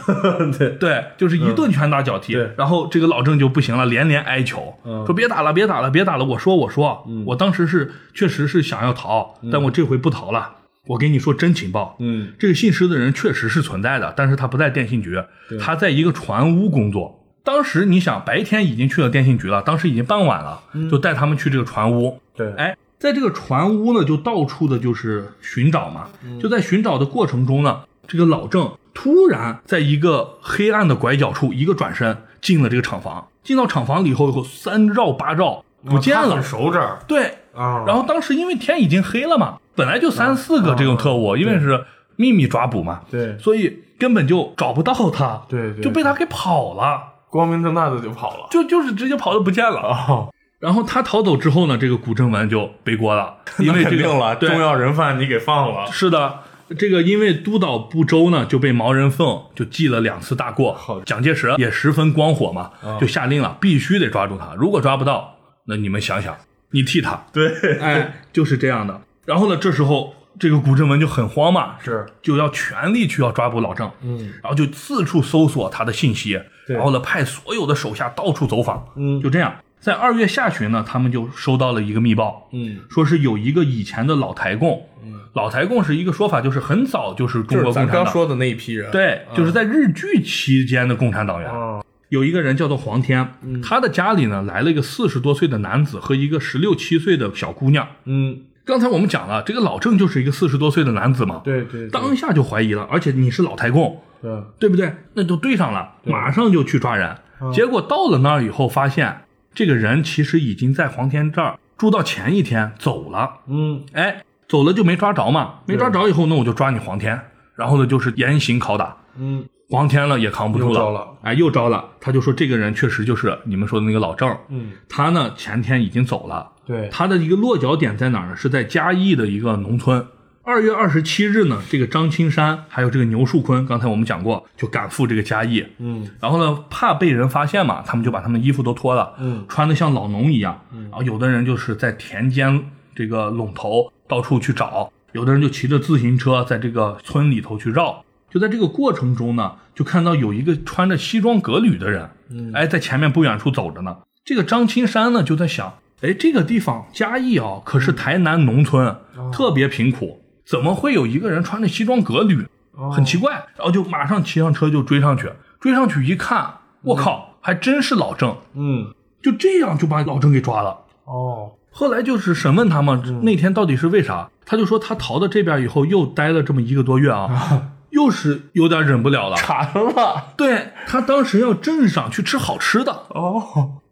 Speaker 2: 对，
Speaker 1: 对，就是一顿拳打脚踢。
Speaker 2: 嗯对
Speaker 1: 然后这个老郑就不行了，连连哀求，
Speaker 2: 嗯
Speaker 1: 说别打了，别打了，别打了。我说，我说，我当时是确实是想要逃，但我这回不逃了。我给你说真情报，
Speaker 2: 嗯
Speaker 1: 这个姓施的人确实是存在的，但是他不在电信局，他在一个船屋工作。当时你想，白天已经去了电信局了，当时已经傍晚了，
Speaker 2: 嗯
Speaker 1: 就带他们去这个船屋。
Speaker 2: 对，
Speaker 1: 哎，在这个船屋呢，就到处的就是寻找嘛。
Speaker 2: 嗯
Speaker 1: 就在寻找的过程中呢，这个老郑突然在一个黑暗的拐角处一个转身进了这个厂房。进到厂房里以后，以后三绕八绕不见
Speaker 2: 他
Speaker 1: 了。
Speaker 2: 很熟这儿
Speaker 1: 对，
Speaker 2: 啊，
Speaker 1: 然后当时因为天已经黑了嘛，本来就三四个这种特务，因为是秘密抓捕嘛，
Speaker 2: 啊对
Speaker 1: 所以根本就找不到他，
Speaker 2: 对对，
Speaker 1: 就被他给跑了，
Speaker 2: 光明正大的就跑了。
Speaker 1: 就就是直接跑的不见了。
Speaker 2: 哦，
Speaker 1: 然后他逃走之后呢，这个古正文就背锅了，因为
Speaker 2: 那
Speaker 1: 这
Speaker 2: 肯
Speaker 1: 个
Speaker 2: 定了，
Speaker 1: 对
Speaker 2: 重要人犯你给放了。
Speaker 1: 是的，这个因为督导不周呢，就被毛人凤就记了两次大过
Speaker 2: 好。
Speaker 1: 蒋介石也十分光火嘛，就下令了，必须得抓住他。如果抓不到，那你们想想，你替他，
Speaker 2: 对，
Speaker 1: 哎，就是这样的。然后呢，这时候这个古正文就很慌嘛，
Speaker 2: 是，
Speaker 1: 就要全力去要抓捕老郑，
Speaker 2: 嗯，
Speaker 1: 然后就四处搜索他的信息，
Speaker 2: 对
Speaker 1: 然后呢，派所有的手下到处走访，
Speaker 2: 嗯
Speaker 1: 就这样。在二月下旬呢，他们就收到了一个密报，
Speaker 2: 嗯，
Speaker 1: 说是有一个以前的老台共，老台共是一个说法，就是很早就是中
Speaker 2: 就
Speaker 1: 国
Speaker 2: 是
Speaker 1: 共
Speaker 2: 咱
Speaker 1: 产
Speaker 2: 刚
Speaker 1: 党，
Speaker 2: 说的那嗯一批人。，
Speaker 1: 对，就是在日据期间的共产党员。
Speaker 2: 哦
Speaker 1: 有一个人叫做黄天，
Speaker 2: 嗯
Speaker 1: 他的家里呢来了一个四十多岁的男子和一个十六七岁的小姑娘。
Speaker 2: 嗯，
Speaker 1: 刚才我们讲了，这个老郑就是一个四十多岁的男子嘛，
Speaker 2: 对对，对
Speaker 1: 当下就怀疑了，而且你是老台共，
Speaker 2: 对
Speaker 1: 对不对？那就对上了，马上就去抓人。
Speaker 2: 嗯
Speaker 1: 结果到了那儿以后，发现这个人其实已经在黄天这儿住到前一天走了。
Speaker 2: 嗯，
Speaker 1: 哎，走了就没抓着嘛，没抓着以后，那我就抓你黄天，然后呢就是严刑拷打，
Speaker 2: 嗯，
Speaker 1: 黄天了也扛不住
Speaker 2: 又
Speaker 1: 了，
Speaker 2: 招了
Speaker 1: 哎，又招了，他就说这个人确实就是你们说的那个老郑，
Speaker 2: 嗯，
Speaker 1: 他呢前天已经走了，
Speaker 2: 对，
Speaker 1: 他的一个落脚点在哪儿呢？是在嘉义的一个农村。二月二十七日呢，这个张青山还有这个牛树坤，刚才我们讲过，就赶赴这个嘉义，
Speaker 2: 嗯
Speaker 1: 然后呢，怕被人发现嘛，他们就把他们衣服都脱了，
Speaker 2: 嗯
Speaker 1: 穿的像老农一样。然后有的人就是在田间这个垄头到处去找，有的人就骑着自行车在这个村里头去绕。就在这个过程中呢，就看到有一个穿着西装革履的人，
Speaker 2: 嗯
Speaker 1: 哎，在前面不远处走着呢。这个张青山呢就在想，哎，这个地方嘉义啊，可是台南农村，特别贫苦，怎么会有一个人穿着西装革履
Speaker 2: 哦
Speaker 1: 很奇怪，然后就马上骑上车就追上去，追上去一看，我靠，还真是老郑，
Speaker 2: 嗯，
Speaker 1: 就这样就把老郑给抓了。 嗯
Speaker 2: 哦，
Speaker 1: 后来就是审问他嘛，那天到底是为啥？他就说他逃到这边以后又待了这么一个多月啊，又是有点忍不了了。
Speaker 2: 馋了，
Speaker 1: 对他当时要镇上去吃好吃的，
Speaker 2: 哦，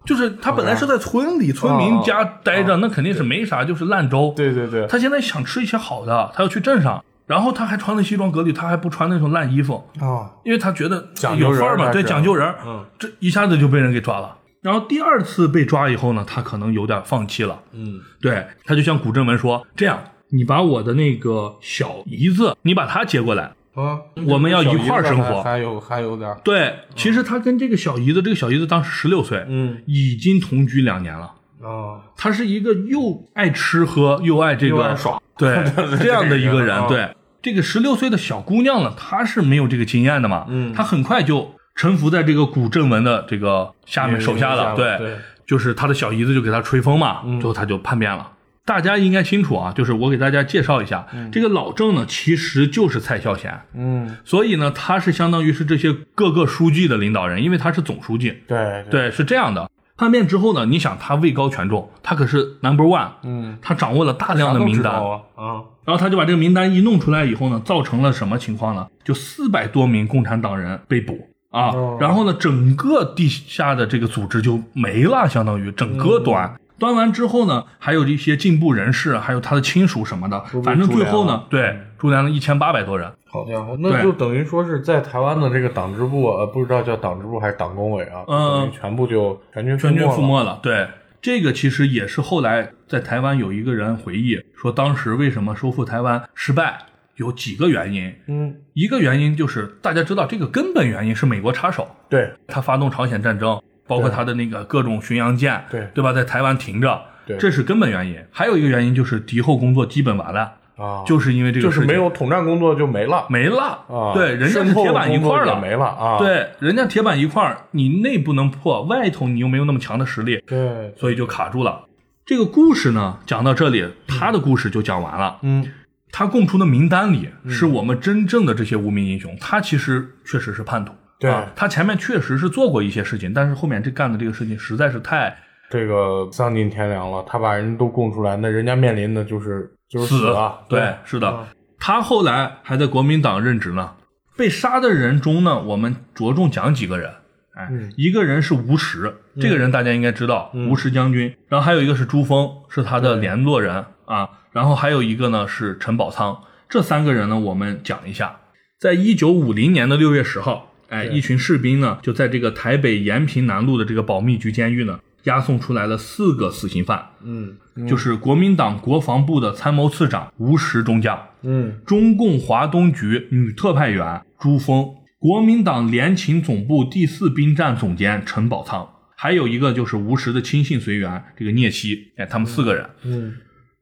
Speaker 1: 就是他本来是在村里村民家待着，那肯定是没啥，就是烂粥。
Speaker 2: 对对对，
Speaker 1: 他现在想吃一些好的，他要去镇上，然后他还穿的西装革履，他还不穿那种烂衣服。
Speaker 2: 哦，
Speaker 1: 因为他觉得
Speaker 2: 讲究
Speaker 1: 有
Speaker 2: 人
Speaker 1: 范儿嘛，
Speaker 2: 还
Speaker 1: 对，
Speaker 2: 是
Speaker 1: 讲究人儿，
Speaker 2: 嗯
Speaker 1: 这一下子就被人给抓了。然后第二次被抓以后呢，他可能有点放弃了，
Speaker 2: 嗯
Speaker 1: 对他就向古正文说：“这样，你把我的那个小姨子，你把她接过来。
Speaker 2: 啊，
Speaker 1: 我们要一块儿生活
Speaker 2: 还有还有点儿”，
Speaker 1: 对，其实他跟这个小姨子，这个小姨子当时十六岁，
Speaker 2: 嗯，
Speaker 1: 已经同居两年了。
Speaker 2: 哦，
Speaker 1: 他是一个又爱吃喝又爱这
Speaker 2: 又爱
Speaker 1: 个
Speaker 2: 耍，
Speaker 1: 对这样的一个人
Speaker 2: 啊。
Speaker 1: 对这个十六岁的小姑娘呢，她是没有这个经验的嘛，
Speaker 2: 嗯
Speaker 1: 她很快就臣服在这个古正文的这个下面
Speaker 2: 嗯
Speaker 1: 手下了。
Speaker 2: 手下了
Speaker 1: 对
Speaker 2: 对，
Speaker 1: 就是他的小姨子就给他吹风嘛，最后他就叛变了。大家应该清楚啊，就是我给大家介绍一下，这个老郑呢，其实就是蔡孝贤，
Speaker 2: 嗯，
Speaker 1: 所以呢，他是相当于是这些各个书记的领导人，因为他是总书记，
Speaker 2: 对，嗯
Speaker 1: 对，是这样的。叛变之后呢，你想他位高权重，他可是 number one，
Speaker 2: 嗯，
Speaker 1: 他掌握了大量的名单，
Speaker 2: 啊，啊，
Speaker 1: 然后他就把这个名单一弄出来以后呢，造成了什么情况呢？就四百多名共产党人被捕啊，
Speaker 2: 哦
Speaker 1: 然后呢，整个地下的这个组织就没了，相当于整个端。
Speaker 2: 嗯
Speaker 1: 端完之后呢，还有一些进步人士，还有他的亲属什么的
Speaker 2: 都，被
Speaker 1: 反正
Speaker 2: 株
Speaker 1: 最
Speaker 2: 连
Speaker 1: 后呢
Speaker 2: 了，嗯
Speaker 1: 对，株连了一千八百多人。
Speaker 2: 好家伙，
Speaker 1: 对
Speaker 2: 那就等于说是在台湾的这个党支部，呃，不知道叫党支部还是党工委啊，
Speaker 1: 嗯
Speaker 2: 等于全部就全军
Speaker 1: 全军覆
Speaker 2: 没了。
Speaker 1: 没了。对，这个其实也是后来在台湾有一个人回忆说，当时为什么收复台湾失败，有几个原因。
Speaker 2: 嗯，
Speaker 1: 一个原因就是大家知道，这个根本原因是美国插手，
Speaker 2: 对，
Speaker 1: 他发动朝鲜战争，包括
Speaker 2: 对
Speaker 1: 他的那个各种巡洋舰，
Speaker 2: 对
Speaker 1: 对吧，在台湾停着，
Speaker 2: 对
Speaker 1: 这是根本原因。还有一个原因就是敌后工作基本完蛋，
Speaker 2: 啊，
Speaker 1: 就是因为这个
Speaker 2: 就
Speaker 1: 事情
Speaker 2: 是没有统战工作就没了
Speaker 1: 没了，
Speaker 2: 啊，
Speaker 1: 对，人家是
Speaker 2: 渗透
Speaker 1: 铁板一
Speaker 2: 工作
Speaker 1: 块儿
Speaker 2: 也
Speaker 1: 了。
Speaker 2: 没了啊，
Speaker 1: 对，人家铁板一块儿，你内不能破，外头你又没有那么强的实力，
Speaker 2: 对，
Speaker 1: 所以就卡住了。这个故事呢，讲到这里，他的故事就讲完了。
Speaker 2: 嗯
Speaker 1: 他供出的名单里，是我们真正的这些无名英雄。他其实确实是叛徒，
Speaker 2: 对
Speaker 1: 啊他前面确实是做过一些事情，但是后面这干的这个事情实在是太
Speaker 2: 这个丧尽天良了，他把人都供出来，那人家面临的就是就是啊，
Speaker 1: 对，是的。他后来还在国民党任职呢。被杀的人中呢，我们着重讲几个人。哎，
Speaker 2: 嗯
Speaker 1: 一个人是吴石，这个人大家应该知道，吴石将军。然后还有一个是朱峰，是他
Speaker 2: 嗯
Speaker 1: 的联络人啊。然后还有一个呢是陈宝仓。这三个人呢，我们讲一下。在一九五零年的六月十号，哎，
Speaker 2: 对
Speaker 1: 一群士兵呢就在这个台北延平南路的这个保密局监狱呢，押送出来了四个死刑犯，
Speaker 2: 嗯
Speaker 1: 就是国民党国防部的参谋次长吴石中将、
Speaker 2: 嗯
Speaker 1: 中共华东局女特派员朱峰、国民党联勤总部第四兵站总监陈宝仓，还有一个就是吴石的亲信随员这个聂希，哎，他们四个人。
Speaker 2: 嗯，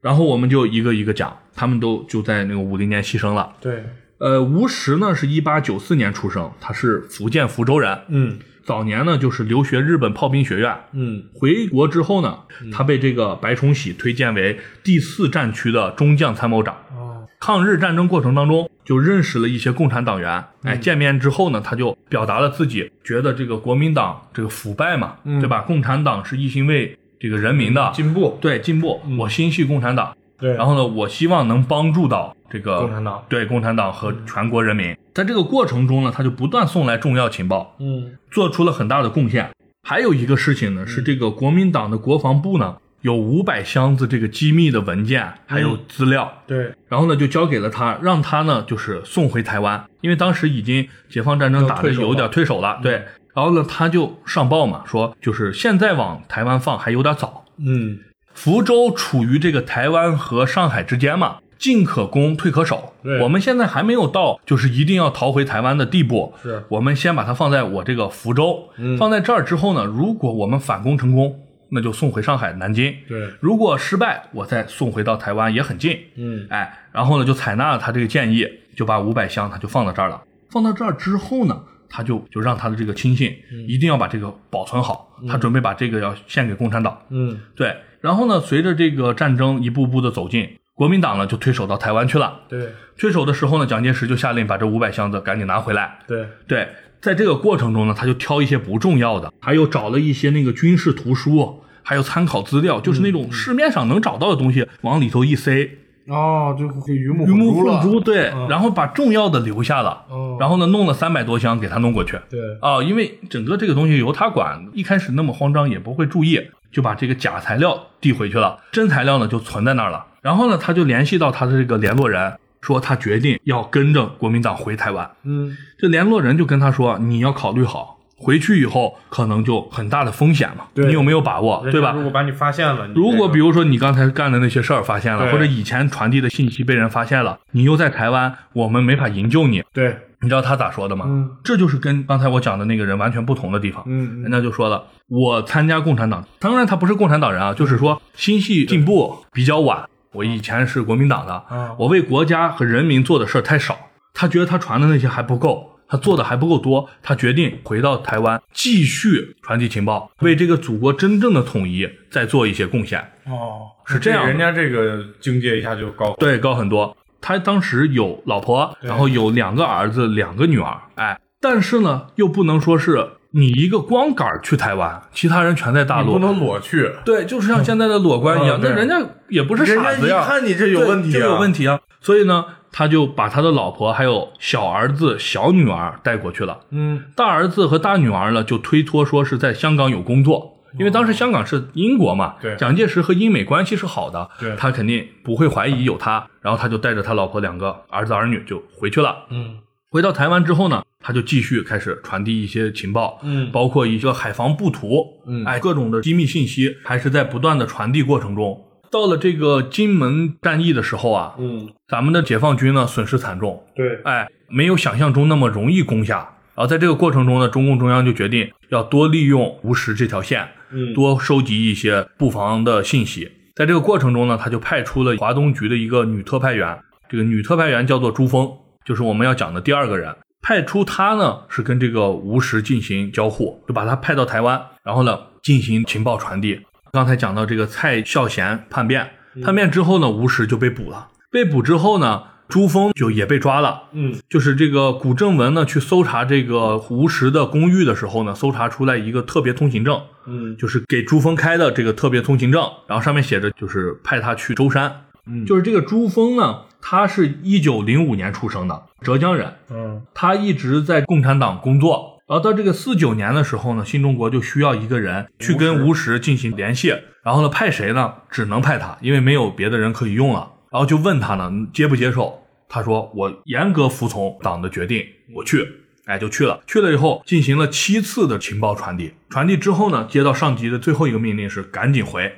Speaker 1: 然后我们就一个一个讲，他们都就在那个五零年牺牲了。
Speaker 2: 对，
Speaker 1: 呃，吴石呢是一八九四年出生，他是福建福州人，
Speaker 2: 嗯
Speaker 1: 早年呢就是留学日本炮兵学院。
Speaker 2: 嗯
Speaker 1: 回国之后呢，他被这个白崇禧推荐为第四战区的中将参谋长。
Speaker 2: 哦，
Speaker 1: 抗日战争过程当中，就认识了一些共产党员。
Speaker 2: 嗯
Speaker 1: 哎，见面之后呢，他就表达了自己觉得这个国民党这个腐败嘛，
Speaker 2: 嗯
Speaker 1: 对吧？共产党是一心为这个人民的，
Speaker 2: 进步，嗯
Speaker 1: 对进步。我心系共产党，
Speaker 2: 对
Speaker 1: 然后呢，我希望能帮助到这个
Speaker 2: 共产党
Speaker 1: 对共产党和全国人民。在这个过程中呢，他就不断送来重要情报，
Speaker 2: 嗯
Speaker 1: 做出了很大的贡献。还有一个事情呢，是这个国民党的国防部呢，有五百箱子这个机密的文件还
Speaker 2: 嗯
Speaker 1: 有资料，
Speaker 2: 对，
Speaker 1: 然后呢就交给了他，让他呢就是送回台湾，因为当时已经解放战争打的
Speaker 2: 退手了嗯
Speaker 1: 有点退手了，对。然后呢，他就上报嘛，说就是现在往台湾放还有点早，
Speaker 2: 嗯
Speaker 1: 福州处于这个台湾和上海之间嘛，进可攻，退可守
Speaker 2: 对。
Speaker 1: 我们现在还没有到就是一定要逃回台湾的地步，
Speaker 2: 是嗯
Speaker 1: 我们先把它放在我这个福州，放在这儿之后呢，如果我们反攻成功，那就送回上海、南京；
Speaker 2: 对，
Speaker 1: 如果失败，我再送回到台湾，也很近。
Speaker 2: 嗯
Speaker 1: 哎，然后呢就采纳了他这个建议，就把五百箱他就放到这儿了。放到这儿之后呢，他就就让他的这个亲信
Speaker 2: 嗯
Speaker 1: 一定要把这个保存好，他准备把这个要献给共产党。
Speaker 2: 嗯
Speaker 1: 对，然后呢，随着这个战争一步步的走近，国民党呢就退守到台湾去了。
Speaker 2: 对
Speaker 1: 退守的时候呢，蒋介石就下令把这五百箱子赶紧拿回来。
Speaker 2: 对，
Speaker 1: 对，在这个过程中呢，他就挑一些不重要的，还有找了一些那个军事图书，还有参考资料，就是那
Speaker 2: 嗯
Speaker 1: 种市面上能找到的东西，往里头一塞，
Speaker 2: 哦，就给鱼目
Speaker 1: 鱼目
Speaker 2: 珠
Speaker 1: 混
Speaker 2: 了，嗯
Speaker 1: 珠。对，然后把重要的留下了，
Speaker 2: 哦
Speaker 1: 然后呢，弄了三百多箱给他弄过去。
Speaker 2: 对，
Speaker 1: 啊、因为整个这个东西由他管，一开始那么慌张也不会注意，就把这个假材料递回去了，真材料呢就存在那儿了。然后呢，他就联系到他的这个联络人，说他决定要跟着国民党回台湾。
Speaker 2: 嗯
Speaker 1: 这联络人就跟他说，你要考虑好，回去以后可能就很大的风险嘛，
Speaker 2: 对
Speaker 1: 你有没有把握，对吧？
Speaker 3: 如果把你发现了，你
Speaker 1: 如果
Speaker 3: 这个
Speaker 1: 比如说你刚才干的那些事儿发现了，
Speaker 2: 对
Speaker 1: 或者以前传递的信息被人发现了，你又在台湾，我们没法营救你。
Speaker 2: 对，
Speaker 1: 你知道他咋说的吗？
Speaker 2: 嗯
Speaker 1: 这就是跟刚才我讲的那个人完全不同的地方。
Speaker 2: 嗯
Speaker 1: 人家就说了，我参加共产党，当然他不是共产党人啊，就是说心系进步比较晚。我以前是国民党的，
Speaker 2: 啊
Speaker 1: 我为国家和人民做的事儿太少。他觉得他传的那些还不够，他做的还不够多，他决定回到台湾继续传递情报，为这个祖国真正的统一再做一些贡献。
Speaker 2: 哦，
Speaker 1: 是这样的
Speaker 3: 人家这个境界一下就高，
Speaker 1: 对，高很多。他当时有老婆，然后有两个儿子，两个女儿，哎，但是呢，又不能说是你一个光杆儿去台湾，其他人全在大
Speaker 2: 你
Speaker 1: 陆，
Speaker 2: 不能裸去，
Speaker 1: 对，就是像现在的裸官一样，
Speaker 2: 嗯
Speaker 1: 那、
Speaker 2: 对
Speaker 1: 人家也不是
Speaker 2: 人
Speaker 1: 傻
Speaker 2: 家
Speaker 1: 子
Speaker 2: 一
Speaker 1: 呀，
Speaker 2: 看你这有问题，
Speaker 1: 对就有问
Speaker 2: 题，
Speaker 1: 题啊。所以呢，他就把他的老婆还有小儿子、小女儿带过去了，
Speaker 2: 嗯
Speaker 1: 大儿子和大女儿呢就推脱说是在香港有工作。因为当时香港是英国嘛，
Speaker 2: 哦对
Speaker 1: 蒋介石和英美关系是好的，
Speaker 2: 对
Speaker 1: 他肯定不会怀疑有他，然后他就带着他老婆两个儿子儿女就回去了。
Speaker 2: 嗯
Speaker 1: 回到台湾之后呢，他就继续开始传递一些情报，
Speaker 2: 嗯
Speaker 1: 包括一个海防布图，
Speaker 2: 嗯
Speaker 1: 哎，各种的机密信息还是在不断的传递过程中。到了这个金门战役的时候啊，
Speaker 2: 嗯，
Speaker 1: 咱们的解放军呢损失惨重，
Speaker 2: 对，
Speaker 1: 哎，没有想象中那么容易攻下。然后在这个过程中呢，中共中央就决定要多利用吴石这条线，
Speaker 2: 嗯
Speaker 1: 多收集一些布防的信息。在这个过程中呢，他就派出了华东局的一个女特派员，这个女特派员叫做朱峰，就是我们要讲的第二个人。派出他呢是跟这个吴石进行交互，就把他派到台湾，然后呢进行情报传递。刚才讲到这个蔡孝贤叛变，叛变之后呢，吴石就被捕了。被捕之后呢，朱峰就也被抓了。
Speaker 2: 嗯
Speaker 1: 就是这个古正文呢，去搜查这个吴石的公寓的时候呢，搜查出来一个特别通行证，
Speaker 2: 嗯
Speaker 1: 就是给朱峰开的这个特别通行证，然后上面写着就是派他去舟山。
Speaker 2: 嗯
Speaker 1: 就是这个朱峰呢，他是一九零五年出生的，浙江人，
Speaker 2: 嗯
Speaker 1: 他一直在共产党工作。然后到这个四九年的时候呢，新中国就需要一个人去跟吴石进行联系，然后呢派谁呢？只能派他，因为没有别的人可以用了。然后就问他呢，接不接受？他说我严格服从党的决定，我去，哎，就去了。去了以后，进行了七次的情报传递，传递之后呢，接到上级的最后一个命令是赶紧回。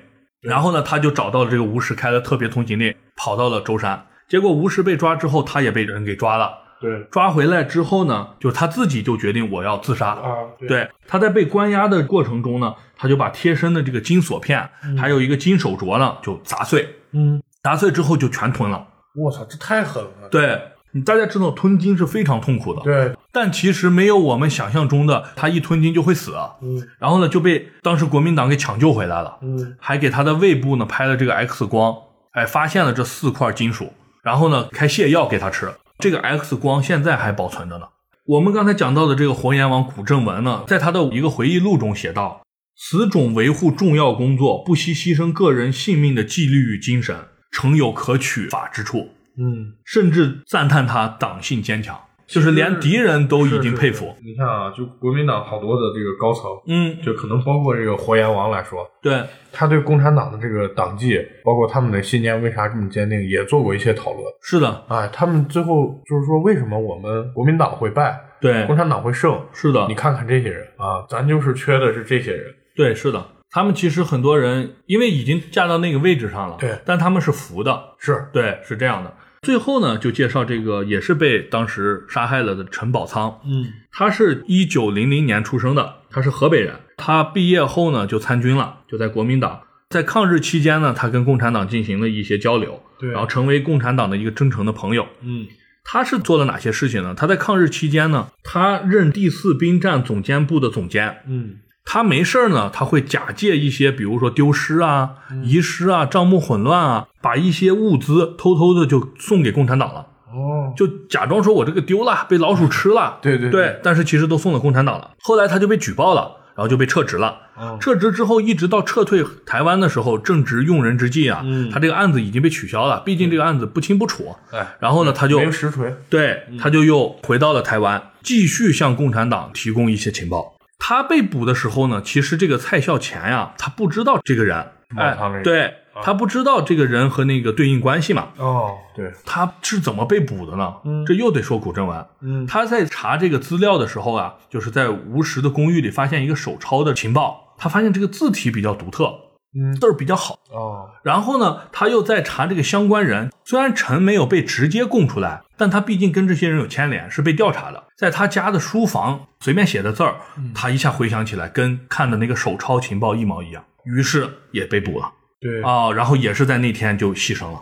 Speaker 1: 然后呢，他就找到了这个吴石开的特别通行令，跑到了舟山。结果吴石被抓之后，他也被人给抓了。
Speaker 4: 对
Speaker 1: 抓回来之后呢，就是他自己就决定我要自杀。
Speaker 4: 啊，对
Speaker 1: 对，他在被关押的过程中呢，他就把贴身的这个金锁片，
Speaker 2: 嗯
Speaker 1: 还有一个金手镯呢，就砸碎。
Speaker 4: 嗯，
Speaker 1: 砸碎之后就全吞了。
Speaker 4: 我操，这太狠了。
Speaker 1: 对，你大家知道吞金是非常痛苦的，
Speaker 4: 对，
Speaker 1: 但其实没有我们想象中的，他一吞金就会死。啊
Speaker 4: 嗯
Speaker 1: 然后呢，就被当时国民党给抢救回来了，
Speaker 4: 嗯
Speaker 1: 还给他的胃部呢拍了这个 X 光，哎，发现了这四块金属，然后呢开泻药给他吃。这个 X 光现在还保存着呢。我们刚才讲到的这个活阎王古正文呢，在他的一个回忆录中写道：此种维护重要工作、不惜牺牲个人性命的纪律与精神，诚有可取法之处，
Speaker 4: 嗯，
Speaker 1: 甚至赞叹他党性坚强，就是连敌人都已经佩服。
Speaker 3: 你看啊，就国民党好多的这个高层，
Speaker 1: 嗯，
Speaker 3: 就可能包括这个活阎王来说，
Speaker 1: 对，
Speaker 2: 他对共产党的这个党纪，包括他们的信念为啥这么坚定，也做过一些讨论。
Speaker 1: 是的，
Speaker 2: 哎，他们最后就是说，为什么我们国民党会败，
Speaker 1: 对
Speaker 2: 共，产党会胜？
Speaker 1: 是的
Speaker 2: 你，看看这些人啊，咱就是缺的是这些人。
Speaker 1: 对，是的。他们其实很多人因为已经架到那个位置上了，
Speaker 2: 对，
Speaker 1: 但他们是服的，
Speaker 2: 是，
Speaker 1: 对，是这样的。最后呢，就介绍这个也是被当时杀害了的陈宝仓，
Speaker 4: 嗯，
Speaker 1: 他是一九零零年出生的，他是河北人。他毕业后呢就参军了，就在国民党。在抗日期间呢，他跟共产党进行了一些交流，
Speaker 4: 对，
Speaker 1: 然后成为共产党的一个真诚的朋友。
Speaker 4: 嗯
Speaker 1: 他是做了哪些事情呢？他在抗日期间呢，他任第四兵站总监部的总监，
Speaker 4: 嗯
Speaker 1: 他没事儿呢，他会假借一些，比如说丢失啊、
Speaker 2: 嗯
Speaker 1: 遗失啊、账目混乱啊，把一些物资偷偷的就送给共产党了，
Speaker 4: 哦，
Speaker 1: 就假装说我这个丢了，被老鼠吃了，
Speaker 2: 嗯对对，
Speaker 1: 对，但是其实都送了共产党了。后来他就被举报了，然后就被撤职了。
Speaker 2: 嗯
Speaker 1: 撤职之后，一直到撤退台湾的时候，正值用人之际啊，
Speaker 4: 嗯
Speaker 1: 他这个案子已经被取消了，毕竟这个案子不清不楚。
Speaker 2: 哎，
Speaker 1: 然后呢，他就
Speaker 2: 没有实锤。
Speaker 1: 对，他就又回到了台湾，继续向共产党提供一些情报。他被捕的时候呢，其实这个蔡孝乾呀，他不知道这个人，哎
Speaker 2: 他那，个
Speaker 1: 对他不知道这个人和那个对应关系嘛，
Speaker 4: 哦，
Speaker 2: 对，
Speaker 1: 他是怎么被捕的呢？
Speaker 4: 嗯
Speaker 1: 这又得说古正文，
Speaker 4: 嗯，
Speaker 1: 他在查这个资料的时候啊，就是在吴石的公寓里发现一个手抄的情报，他发现这个字体比较独特，
Speaker 4: 嗯
Speaker 1: 字儿比较好，
Speaker 4: 哦，
Speaker 1: 然后呢，他又在查这个相关人。虽然陈没有被直接供出来，但他毕竟跟这些人有牵连，是被调查的。在他家的书房随便写的字儿，
Speaker 4: 嗯
Speaker 1: 他一下回想起来，跟看的那个手抄情报一毛一样，于是也被捕了
Speaker 4: 对，
Speaker 1: 啊、然后也是在那天就牺牲了。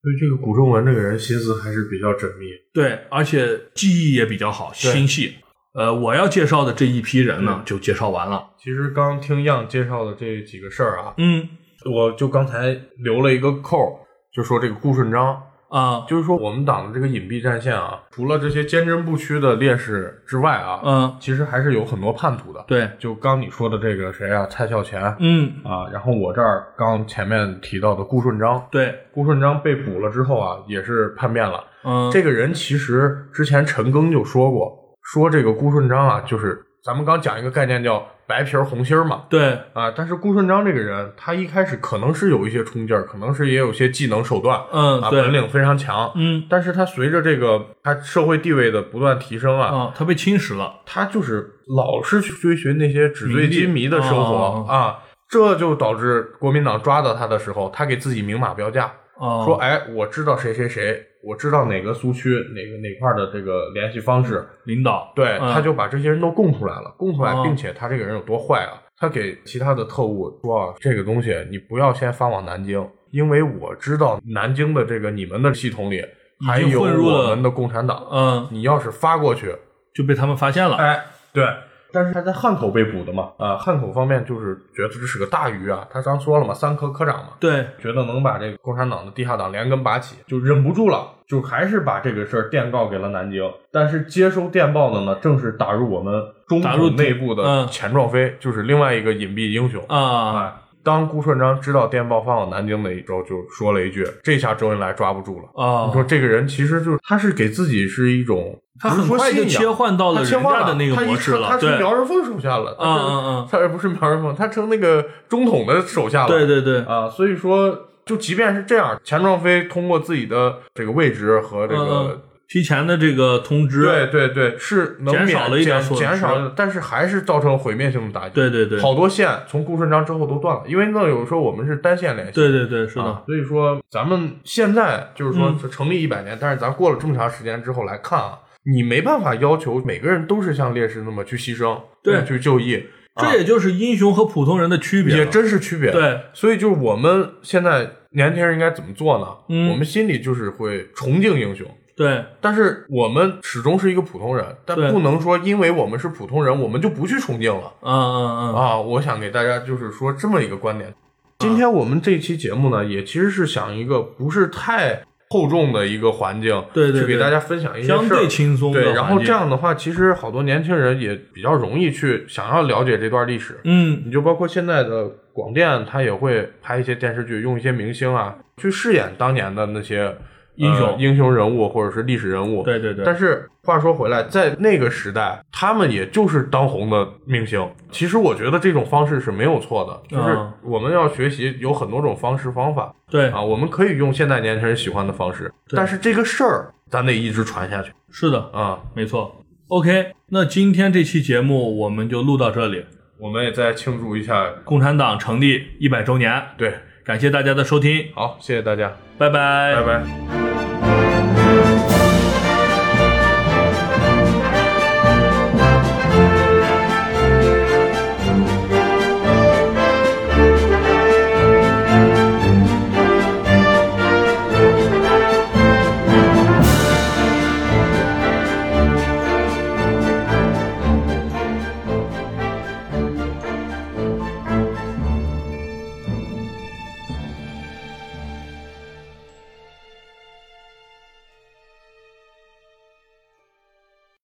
Speaker 3: 所以这个古正文这个人心思还是比较缜密。
Speaker 1: 对，而且记忆也比较好，心细。呃，我要介绍的这一批人
Speaker 2: 嗯
Speaker 1: 呢，就介绍完了。
Speaker 2: 其实刚听样介绍的这几个事儿啊，
Speaker 1: 嗯
Speaker 2: 我就刚才留了一个扣儿，就说这个顾顺章
Speaker 1: 啊，
Speaker 2: 就是说，我们党的这个隐蔽战线啊，除了这些坚贞不屈的烈士之外啊，
Speaker 1: 嗯，
Speaker 2: 其实还是有很多叛徒的。，
Speaker 1: 对，
Speaker 2: 就刚你说的这个谁啊，蔡孝乾、
Speaker 1: 嗯，
Speaker 2: 啊，然后我这儿刚前面提到的顾顺章，
Speaker 1: 对，
Speaker 2: 顾顺章被捕了之后啊，也是叛变了。
Speaker 1: 嗯，
Speaker 2: 这个人其实之前陈赓就说过，说这个顾顺章啊，就是咱们刚讲一个概念叫白皮儿红心儿嘛。
Speaker 1: 对，
Speaker 2: 啊，但是顾顺章这个人，他一开始可能是有一些冲劲儿，可能是也有些技能手段，
Speaker 1: 嗯
Speaker 2: 啊，
Speaker 1: 对
Speaker 2: 本领非常强，
Speaker 1: 嗯，
Speaker 2: 但是他随着这个他社会地位的不断提升啊，
Speaker 1: 啊，他被侵蚀了。
Speaker 2: 他就是老是去追寻那些纸醉金迷的生活
Speaker 1: 名利哦
Speaker 2: 啊，这就导致国民党抓到他的时候，他给自己明码标价，
Speaker 1: 啊，
Speaker 2: 说哎，我知道谁谁谁，我知道哪个苏区哪个哪块儿的这个联系方式，
Speaker 1: 领导，
Speaker 2: 对，
Speaker 1: 嗯
Speaker 2: 他就把这些人都供出来了，供出来
Speaker 1: 哦，
Speaker 2: 并且他这个人有多坏啊？他给其他的特务说啊，这个东西你不要先发往南京，因为我知道南京的这个你们的系统里还
Speaker 1: 已经
Speaker 2: 有
Speaker 1: 混入了
Speaker 2: 我们的共产党，
Speaker 1: 嗯，
Speaker 2: 你要是发过去，
Speaker 1: 就被他们发现了。
Speaker 2: 哎，对。但是他在汉口被捕的嘛，啊、汉口方面就是觉得这是个大鱼啊，他刚说了嘛，三科科长嘛，
Speaker 1: 对，
Speaker 2: 觉得能把这个共产党的地下党连根拔起，就忍不住了，就还是把这个事儿电告给了南京。但是接收电报的呢，正是打入我们中
Speaker 1: 打入
Speaker 2: 共内部的
Speaker 1: 嗯
Speaker 2: 钱壮飞，就是另外一个隐蔽英雄。
Speaker 1: 啊，
Speaker 2: 哎，当顾顺章知道电报发往南京的时候，就说了一句：“这下周恩来抓不住了。”
Speaker 1: 啊
Speaker 2: 你，说这个人其实就是他是给自己是一种，
Speaker 1: 他
Speaker 2: 不是
Speaker 1: 很
Speaker 2: 说
Speaker 1: 快就
Speaker 2: 信仰
Speaker 1: 切换到了
Speaker 2: 他切
Speaker 1: 人
Speaker 2: 换
Speaker 1: 家的那个模式
Speaker 2: 他
Speaker 1: 了，
Speaker 2: 一他是
Speaker 1: 对，
Speaker 2: 苗人凤手下了，他是
Speaker 1: 嗯嗯嗯
Speaker 2: 他不是苗人凤，他成那个中统的手下了，
Speaker 1: 对对对，
Speaker 2: 啊，所以说就即便是这样，钱壮飞通过自己的这个位置和这个
Speaker 1: 嗯，提前的这个通知，
Speaker 2: 对对对，是能
Speaker 1: 减
Speaker 2: 免
Speaker 1: 少了一点
Speaker 2: 减
Speaker 1: 损失
Speaker 2: 减少了，但是还是造成毁灭性的打击。
Speaker 1: 对对对
Speaker 2: 好多线从顾顺章之后都断了，因为那有时候我们是单线联系。
Speaker 1: 对对对，是
Speaker 2: 啊
Speaker 1: 的，嗯
Speaker 2: 所以说咱们现在就是说成立一百年，但是咱过了这么长时间之后来看啊，你没办法要求每个人都是像烈士那么去牺牲，
Speaker 1: 对
Speaker 2: 去就义，啊
Speaker 1: 这也就是英雄和普通人的区别了，
Speaker 2: 也真是区别。，
Speaker 1: 对，
Speaker 2: 所以就是我们现在年轻人应该怎么做呢？
Speaker 1: 嗯
Speaker 2: 我们心里就是会崇敬英雄。
Speaker 1: 对，
Speaker 2: 但是我们始终是一个普通人，但
Speaker 1: 对
Speaker 2: 不能说因为我们是普通人，我们就不去崇敬了。
Speaker 1: 嗯嗯嗯，
Speaker 2: 啊，我想给大家就是说这么一个观点。今天我们这期节目
Speaker 1: 嗯
Speaker 2: 呢，也其实是想一个不是太厚重的一个环境，
Speaker 1: 对对对
Speaker 2: 去给大家分享一些事儿
Speaker 1: 相对轻松的
Speaker 2: 对，然
Speaker 1: 环
Speaker 2: 后
Speaker 1: 境
Speaker 2: 这，样的话，其实好多年轻人也比较容易去想要了解这段历史。
Speaker 1: 嗯，
Speaker 2: 你就包括现在的广电，它也会拍一些电视剧，用一些明星啊去饰演当年的那些呃
Speaker 1: 英雄
Speaker 2: 英雄人物或者是历史人物。
Speaker 1: 对对对，
Speaker 2: 但是话说回来，在那个时代，他们也就是当红的明星。其实我觉得这种方式是没有错的，就是
Speaker 1: 嗯
Speaker 2: 我们要学习有很多种方式方法
Speaker 1: 对，
Speaker 2: 啊，我们可以用现代年轻人喜欢的方式，
Speaker 1: 对
Speaker 2: 但是这个事儿咱得一直传下去
Speaker 1: 是的，
Speaker 2: 啊。
Speaker 1: 没错。OK，那今天这期节目我们就录到这里。
Speaker 2: 我们也再庆祝一下，
Speaker 1: 共产党成立一百周年，
Speaker 2: 对，
Speaker 1: 感谢大家的收听，
Speaker 2: 好，谢谢大家，
Speaker 1: 拜拜，
Speaker 2: 拜拜。
Speaker 4: 啊。